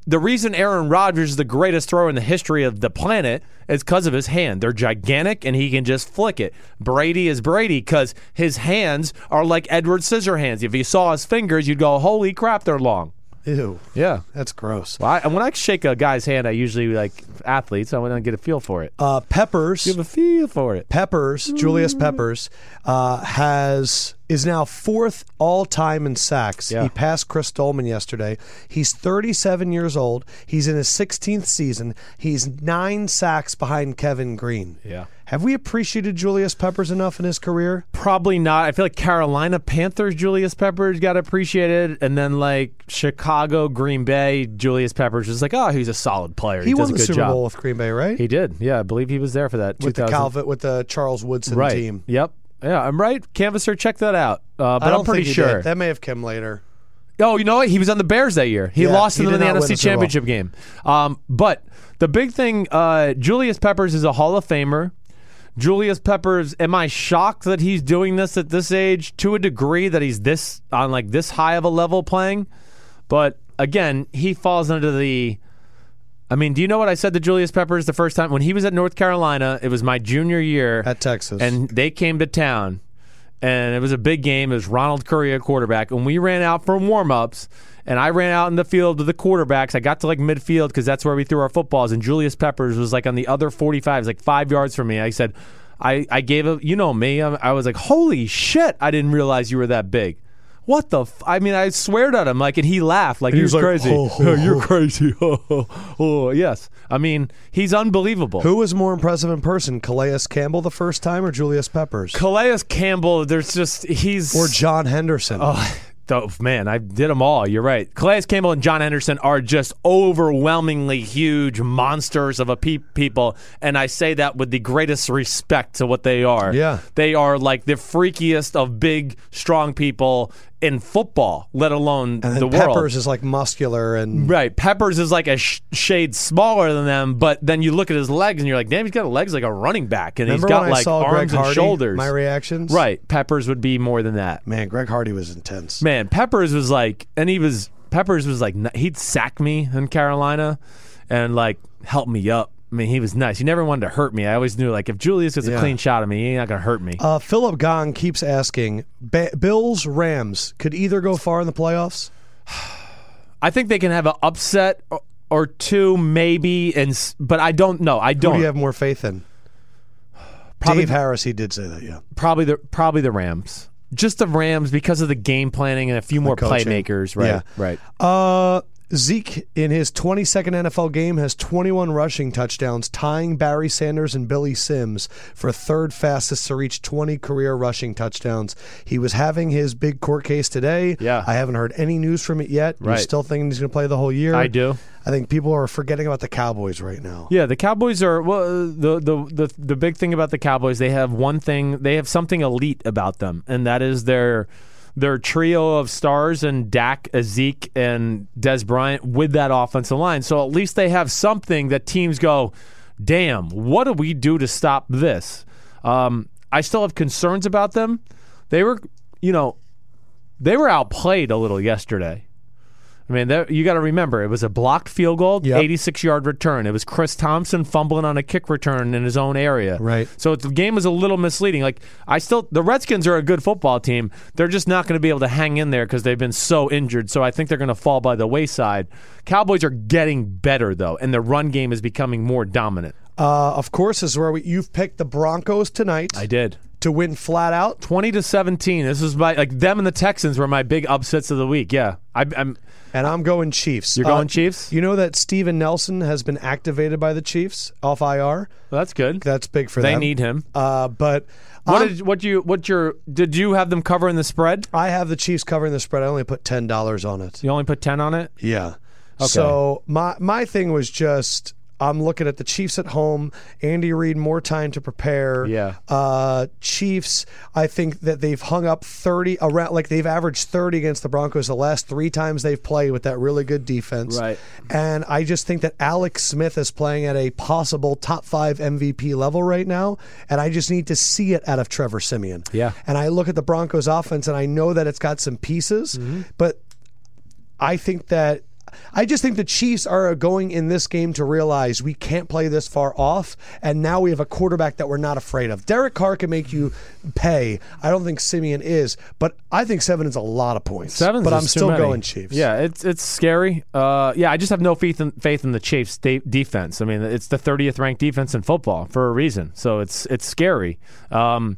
[SPEAKER 2] The reason Aaron Rodgers is the greatest thrower in the history of the planet is because of his hand. They're gigantic and he can just flick it. Brady is Brady because his hands are like Edward Scissorhands. If you saw his fingers, you'd go, "Holy crap, they're long."
[SPEAKER 1] Ew.
[SPEAKER 2] Yeah.
[SPEAKER 1] That's gross.
[SPEAKER 2] Well, I, and when I shake a guy's hand, I usually like athletes. I want to get a feel for it.
[SPEAKER 1] Uh, Peppers.
[SPEAKER 2] Give a feel for it.
[SPEAKER 1] Peppers, Julius
[SPEAKER 2] Mm.
[SPEAKER 1] Peppers, uh, has is now fourth all time in sacks.
[SPEAKER 2] Yeah.
[SPEAKER 1] He passed Chris Dolman yesterday. He's 37 years old. He's in his 16th season. He's nine sacks behind Kevin Green.
[SPEAKER 2] Yeah.
[SPEAKER 1] Have we appreciated Julius Peppers enough in his career?
[SPEAKER 2] Probably not. I feel like Carolina Panthers Julius Peppers got appreciated, and then like Chicago Green Bay Julius Peppers is like, oh, he's a solid player. He,
[SPEAKER 1] He
[SPEAKER 2] does
[SPEAKER 1] won
[SPEAKER 2] a
[SPEAKER 1] the
[SPEAKER 2] good
[SPEAKER 1] Super
[SPEAKER 2] job.
[SPEAKER 1] Bowl with Green Bay, right?
[SPEAKER 2] He did. Yeah, I believe he was there for that.
[SPEAKER 1] with the
[SPEAKER 2] 2000
[SPEAKER 1] Calvin, with the Charles Woodson
[SPEAKER 2] right.
[SPEAKER 1] team.
[SPEAKER 2] Yep. Yeah, I'm right. Canvasser, check that out. Uh, but
[SPEAKER 1] I don't
[SPEAKER 2] I'm pretty
[SPEAKER 1] think he
[SPEAKER 2] sure.
[SPEAKER 1] did. that may have come later.
[SPEAKER 2] Oh, you know what? He was on the Bears that year. He
[SPEAKER 1] Yeah,
[SPEAKER 2] lost to
[SPEAKER 1] he
[SPEAKER 2] them
[SPEAKER 1] did
[SPEAKER 2] in the
[SPEAKER 1] not win the Super
[SPEAKER 2] NFC
[SPEAKER 1] Bowl.
[SPEAKER 2] Championship game. Um, but the big thing, uh, Julius Peppers is a Hall of Famer. Julius Peppers, am I shocked that he's doing this at this age to a degree that he's this on like this high of a level playing? But again, he falls under the. I mean, do you know what I said to Julius Peppers the first time when he was at North Carolina? It was my junior year
[SPEAKER 1] At Texas.
[SPEAKER 2] and they came to town, and it was a big game. It was Ronald Curry at quarterback, and we ran out for warm ups. And I ran out in the field with the quarterbacks. I got to like midfield because that's where we threw our footballs. And Julius Peppers was like on the other 45, like five yards from me. I said, I, I gave a, you know me, I, I was like, holy shit, I didn't realize you were that big. What the? F-? I mean, I sweared at him like, and he laughed like he was
[SPEAKER 1] was like,
[SPEAKER 2] crazy.
[SPEAKER 1] "Ho, ho,
[SPEAKER 2] Yeah, You're crazy. [laughs] oh, yes. I mean, he's unbelievable.
[SPEAKER 1] Who was more impressive in person, Calais Campbell the first time or Julius Peppers?
[SPEAKER 2] Calais Campbell, there's just he's
[SPEAKER 1] or John Henderson?
[SPEAKER 2] Oh, though, man, I did them all. You're right. Calais Campbell and John Anderson are just overwhelmingly huge monsters of a pe- people, and I say that with the greatest respect to what they are.
[SPEAKER 1] Yeah.
[SPEAKER 2] they are like the freakiest of big, strong people in football, let alone
[SPEAKER 1] and
[SPEAKER 2] the
[SPEAKER 1] then
[SPEAKER 2] world.
[SPEAKER 1] Peppers is like muscular and
[SPEAKER 2] Right, Peppers is like a sh- shade smaller than them, but then you look at his legs and you're like, damn, he's got legs like a running back, and
[SPEAKER 1] Remember
[SPEAKER 2] he's got
[SPEAKER 1] when I
[SPEAKER 2] like
[SPEAKER 1] saw
[SPEAKER 2] arms
[SPEAKER 1] Greg
[SPEAKER 2] and
[SPEAKER 1] Hardy?
[SPEAKER 2] shoulders.
[SPEAKER 1] My reactions.
[SPEAKER 2] right, Peppers would be more than that.
[SPEAKER 1] Man, Greg Hardy was intense.
[SPEAKER 2] man, Peppers was like, and he was Peppers was like, n- he'd sack me in Carolina, and like help me up. I mean, he was nice. He never wanted to hurt me. I always knew like if Julius gets a
[SPEAKER 1] Yeah.
[SPEAKER 2] clean shot at me, he ain't not gonna hurt me.
[SPEAKER 1] Uh, Philip Gong keeps asking, ba- Bills Rams could either go far in the playoffs.
[SPEAKER 2] I think they can have an upset or, or two, maybe, and s- but I don't know. I
[SPEAKER 1] Who
[SPEAKER 2] don't.
[SPEAKER 1] do you have more faith in?
[SPEAKER 2] Probably-
[SPEAKER 1] Dave Harris, he did say that. Yeah,
[SPEAKER 2] probably the probably the Rams. Just the Rams because of the game planning and a few more
[SPEAKER 1] coaching.
[SPEAKER 2] playmakers. Right.
[SPEAKER 1] Yeah.
[SPEAKER 2] Right.
[SPEAKER 1] Uh, Zeke in his 22nd NFL game has 21 rushing touchdowns, tying Barry Sanders and Billy Sims for third fastest to reach 20 career rushing touchdowns. He was having his big court case today.
[SPEAKER 2] Yeah.
[SPEAKER 1] I haven't heard any news from it yet. You're
[SPEAKER 2] Right.
[SPEAKER 1] still thinking he's going to play the whole year.
[SPEAKER 2] I do.
[SPEAKER 1] I think people are forgetting about the Cowboys right now.
[SPEAKER 2] Yeah, the Cowboys are well. uh, The, the the the big thing about the Cowboys, they have one thing. They have something elite about them, and that is their their trio of stars and Dak, Zeke, and Des Bryant with that offensive line. So at least they have something that teams go, "Damn, what do we do to stop this?" Um, I still have concerns about them. They were, you know, they were outplayed a little yesterday. I mean, there, you got to remember it was a blocked field goal,
[SPEAKER 1] Yep.
[SPEAKER 2] 86 yard return. It was Chris Thompson fumbling on a kick return in his own area.
[SPEAKER 1] Right.
[SPEAKER 2] So it's, the game is a little misleading. Like I still, the Redskins are a good football team. They're just not going to be able to hang in there because they've been so injured. So I think they're going to fall by the wayside. Cowboys are getting better though, and the run game is becoming more dominant.
[SPEAKER 1] Uh, of course, this is where we, you've picked the Broncos tonight
[SPEAKER 2] I did.
[SPEAKER 1] to win flat out.
[SPEAKER 2] 20 to 17. This is my like them and the Texans were my big upsets of the week. Yeah. I, I'm uh,
[SPEAKER 1] And I'm going Chiefs. Uh,
[SPEAKER 2] You're going Chiefs?
[SPEAKER 1] You know that Steven Nelson has been activated by the Chiefs off IR.
[SPEAKER 2] well, that's good.
[SPEAKER 1] That's big for
[SPEAKER 2] they
[SPEAKER 1] them.
[SPEAKER 2] need him.
[SPEAKER 1] Uh, but
[SPEAKER 2] What
[SPEAKER 1] I'm-
[SPEAKER 2] did what you what your did you have them covering the spread?
[SPEAKER 1] I have the Chiefs covering the spread. I only put ten dollars on it.
[SPEAKER 2] You only put 10 on it?
[SPEAKER 1] Yeah. So my my thing was just I'm looking at the Chiefs at home. Andy Reid more time to prepare.
[SPEAKER 2] Yeah.
[SPEAKER 1] Uh, Chiefs. I think that they've hung up 30 around like they've averaged 30 against the Broncos the last three times they've played with that really good defense.
[SPEAKER 2] Right.
[SPEAKER 1] And I just think that Alex Smith is playing at a possible top five MVP level right now, and I just need to see it out of Trevor Simeon.
[SPEAKER 2] Yeah.
[SPEAKER 1] And I look at the Broncos offense, and I know that it's got some pieces,
[SPEAKER 2] Mm-hmm.
[SPEAKER 1] but I think that I just think the Chiefs are going in this game to realize we can't play this far off, and now we have a quarterback that we're not afraid of. Derek Carr can make you pay. I don't think Simeon is, but I think seven is a lot of points.
[SPEAKER 2] Seven's
[SPEAKER 1] but
[SPEAKER 2] is
[SPEAKER 1] I'm
[SPEAKER 2] too
[SPEAKER 1] still
[SPEAKER 2] many.
[SPEAKER 1] going Chiefs.
[SPEAKER 2] Yeah, it's it's scary. Uh, yeah, I just have no faith in faith in the Chiefs' de- defense. I mean, it's the 30th ranked defense in football for a reason. So it's it's scary. Um,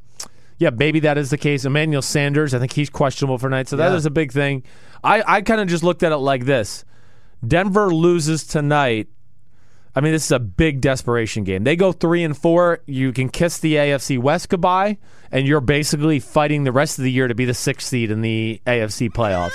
[SPEAKER 2] yeah, maybe that is the case. Emmanuel Sanders, I think he's questionable for tonight. So that
[SPEAKER 1] Yeah.
[SPEAKER 2] is a big thing. I I kind of just looked at it like this: Denver loses tonight. I mean, this is a big desperation game. They go three and four. You can kiss the AFC West goodbye, and you're basically fighting the rest of the year to be the sixth seed in the AFC playoffs.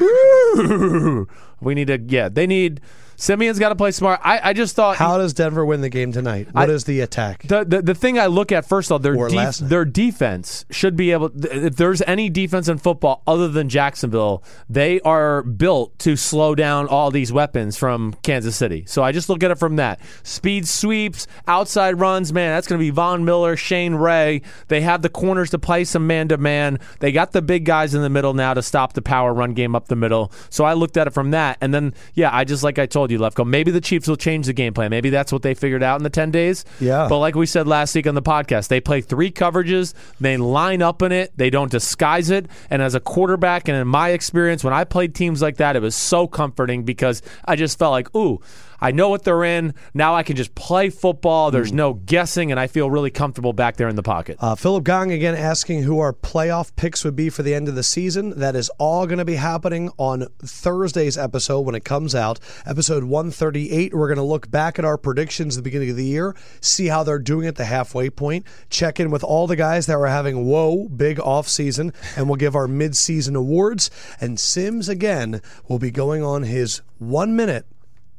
[SPEAKER 2] Woo! we need to, yeah, they need. Simeon's got to play smart. I, I just thought
[SPEAKER 1] How does Denver win the game tonight? What is the attack?
[SPEAKER 2] the, the the thing I look at first of all, their
[SPEAKER 1] Or
[SPEAKER 2] def-
[SPEAKER 1] last night.
[SPEAKER 2] their defense should be able. th- If there's any defense in football other than Jacksonville, they are built to slow down all these weapons from Kansas City. So I just look at it from that speed sweeps, outside runs. Man, that's going to be Von Miller, Shane Ray. They have the corners to play some man to man. They got the big guys in the middle now to stop the power run game up the middle. So I looked at it from that, and then yeah, I just like I told you, Lefko. Maybe the Chiefs will change the game plan. Maybe that's what they figured out in the ten days.
[SPEAKER 1] Yeah.
[SPEAKER 2] But like we said last week on the podcast, they play three coverages, they line up in it, they don't disguise it. And as a quarterback, and in my experience, when I played teams like that, it was so comforting because I just felt like, ooh, I know what they're in. Now I can just play football. There's no guessing, and I feel really comfortable back there in the pocket.
[SPEAKER 1] Uh, Philip Gong again asking who our playoff picks would be for the end of the season. That is all going to be happening on Thursday's episode when it comes out. Episode 138, we're going to look back at our predictions at the beginning of the year, see how they're doing at the halfway point, check in with all the guys that were having, whoa, big off season, and we'll give our mid season awards. And Sims again will be going on his one minute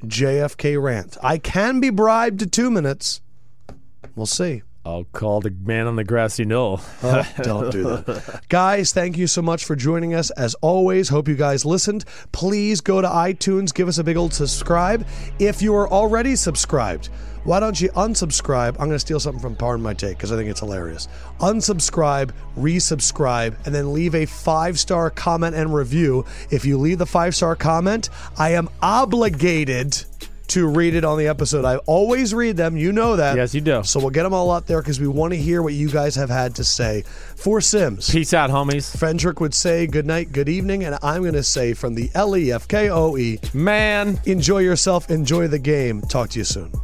[SPEAKER 1] JFK rant. I can be bribed to two minutes. We'll see.
[SPEAKER 2] I'll call the man on the grassy knoll.
[SPEAKER 1] Oh, don't do that. [laughs] guys, thank you so much for joining us. As always, hope you guys listened. Please go to iTunes, give us a big old subscribe. If you are already subscribed, why don't you unsubscribe? I'm going to steal something from Pardon My Take because I think it's hilarious. Unsubscribe, resubscribe, and then leave a five star comment and review. If you leave the five star comment, I am obligated to read it on the episode. I always read them. You know that.
[SPEAKER 2] Yes, you do.
[SPEAKER 1] So we'll get them all out there because we want to hear what you guys have had to say. For Sims,
[SPEAKER 2] Peace out, homies.
[SPEAKER 1] Fendrick would say good night, good evening, and I'm going to say from the L E F K O E,
[SPEAKER 2] Man.
[SPEAKER 1] enjoy yourself, enjoy the game. Talk to you soon.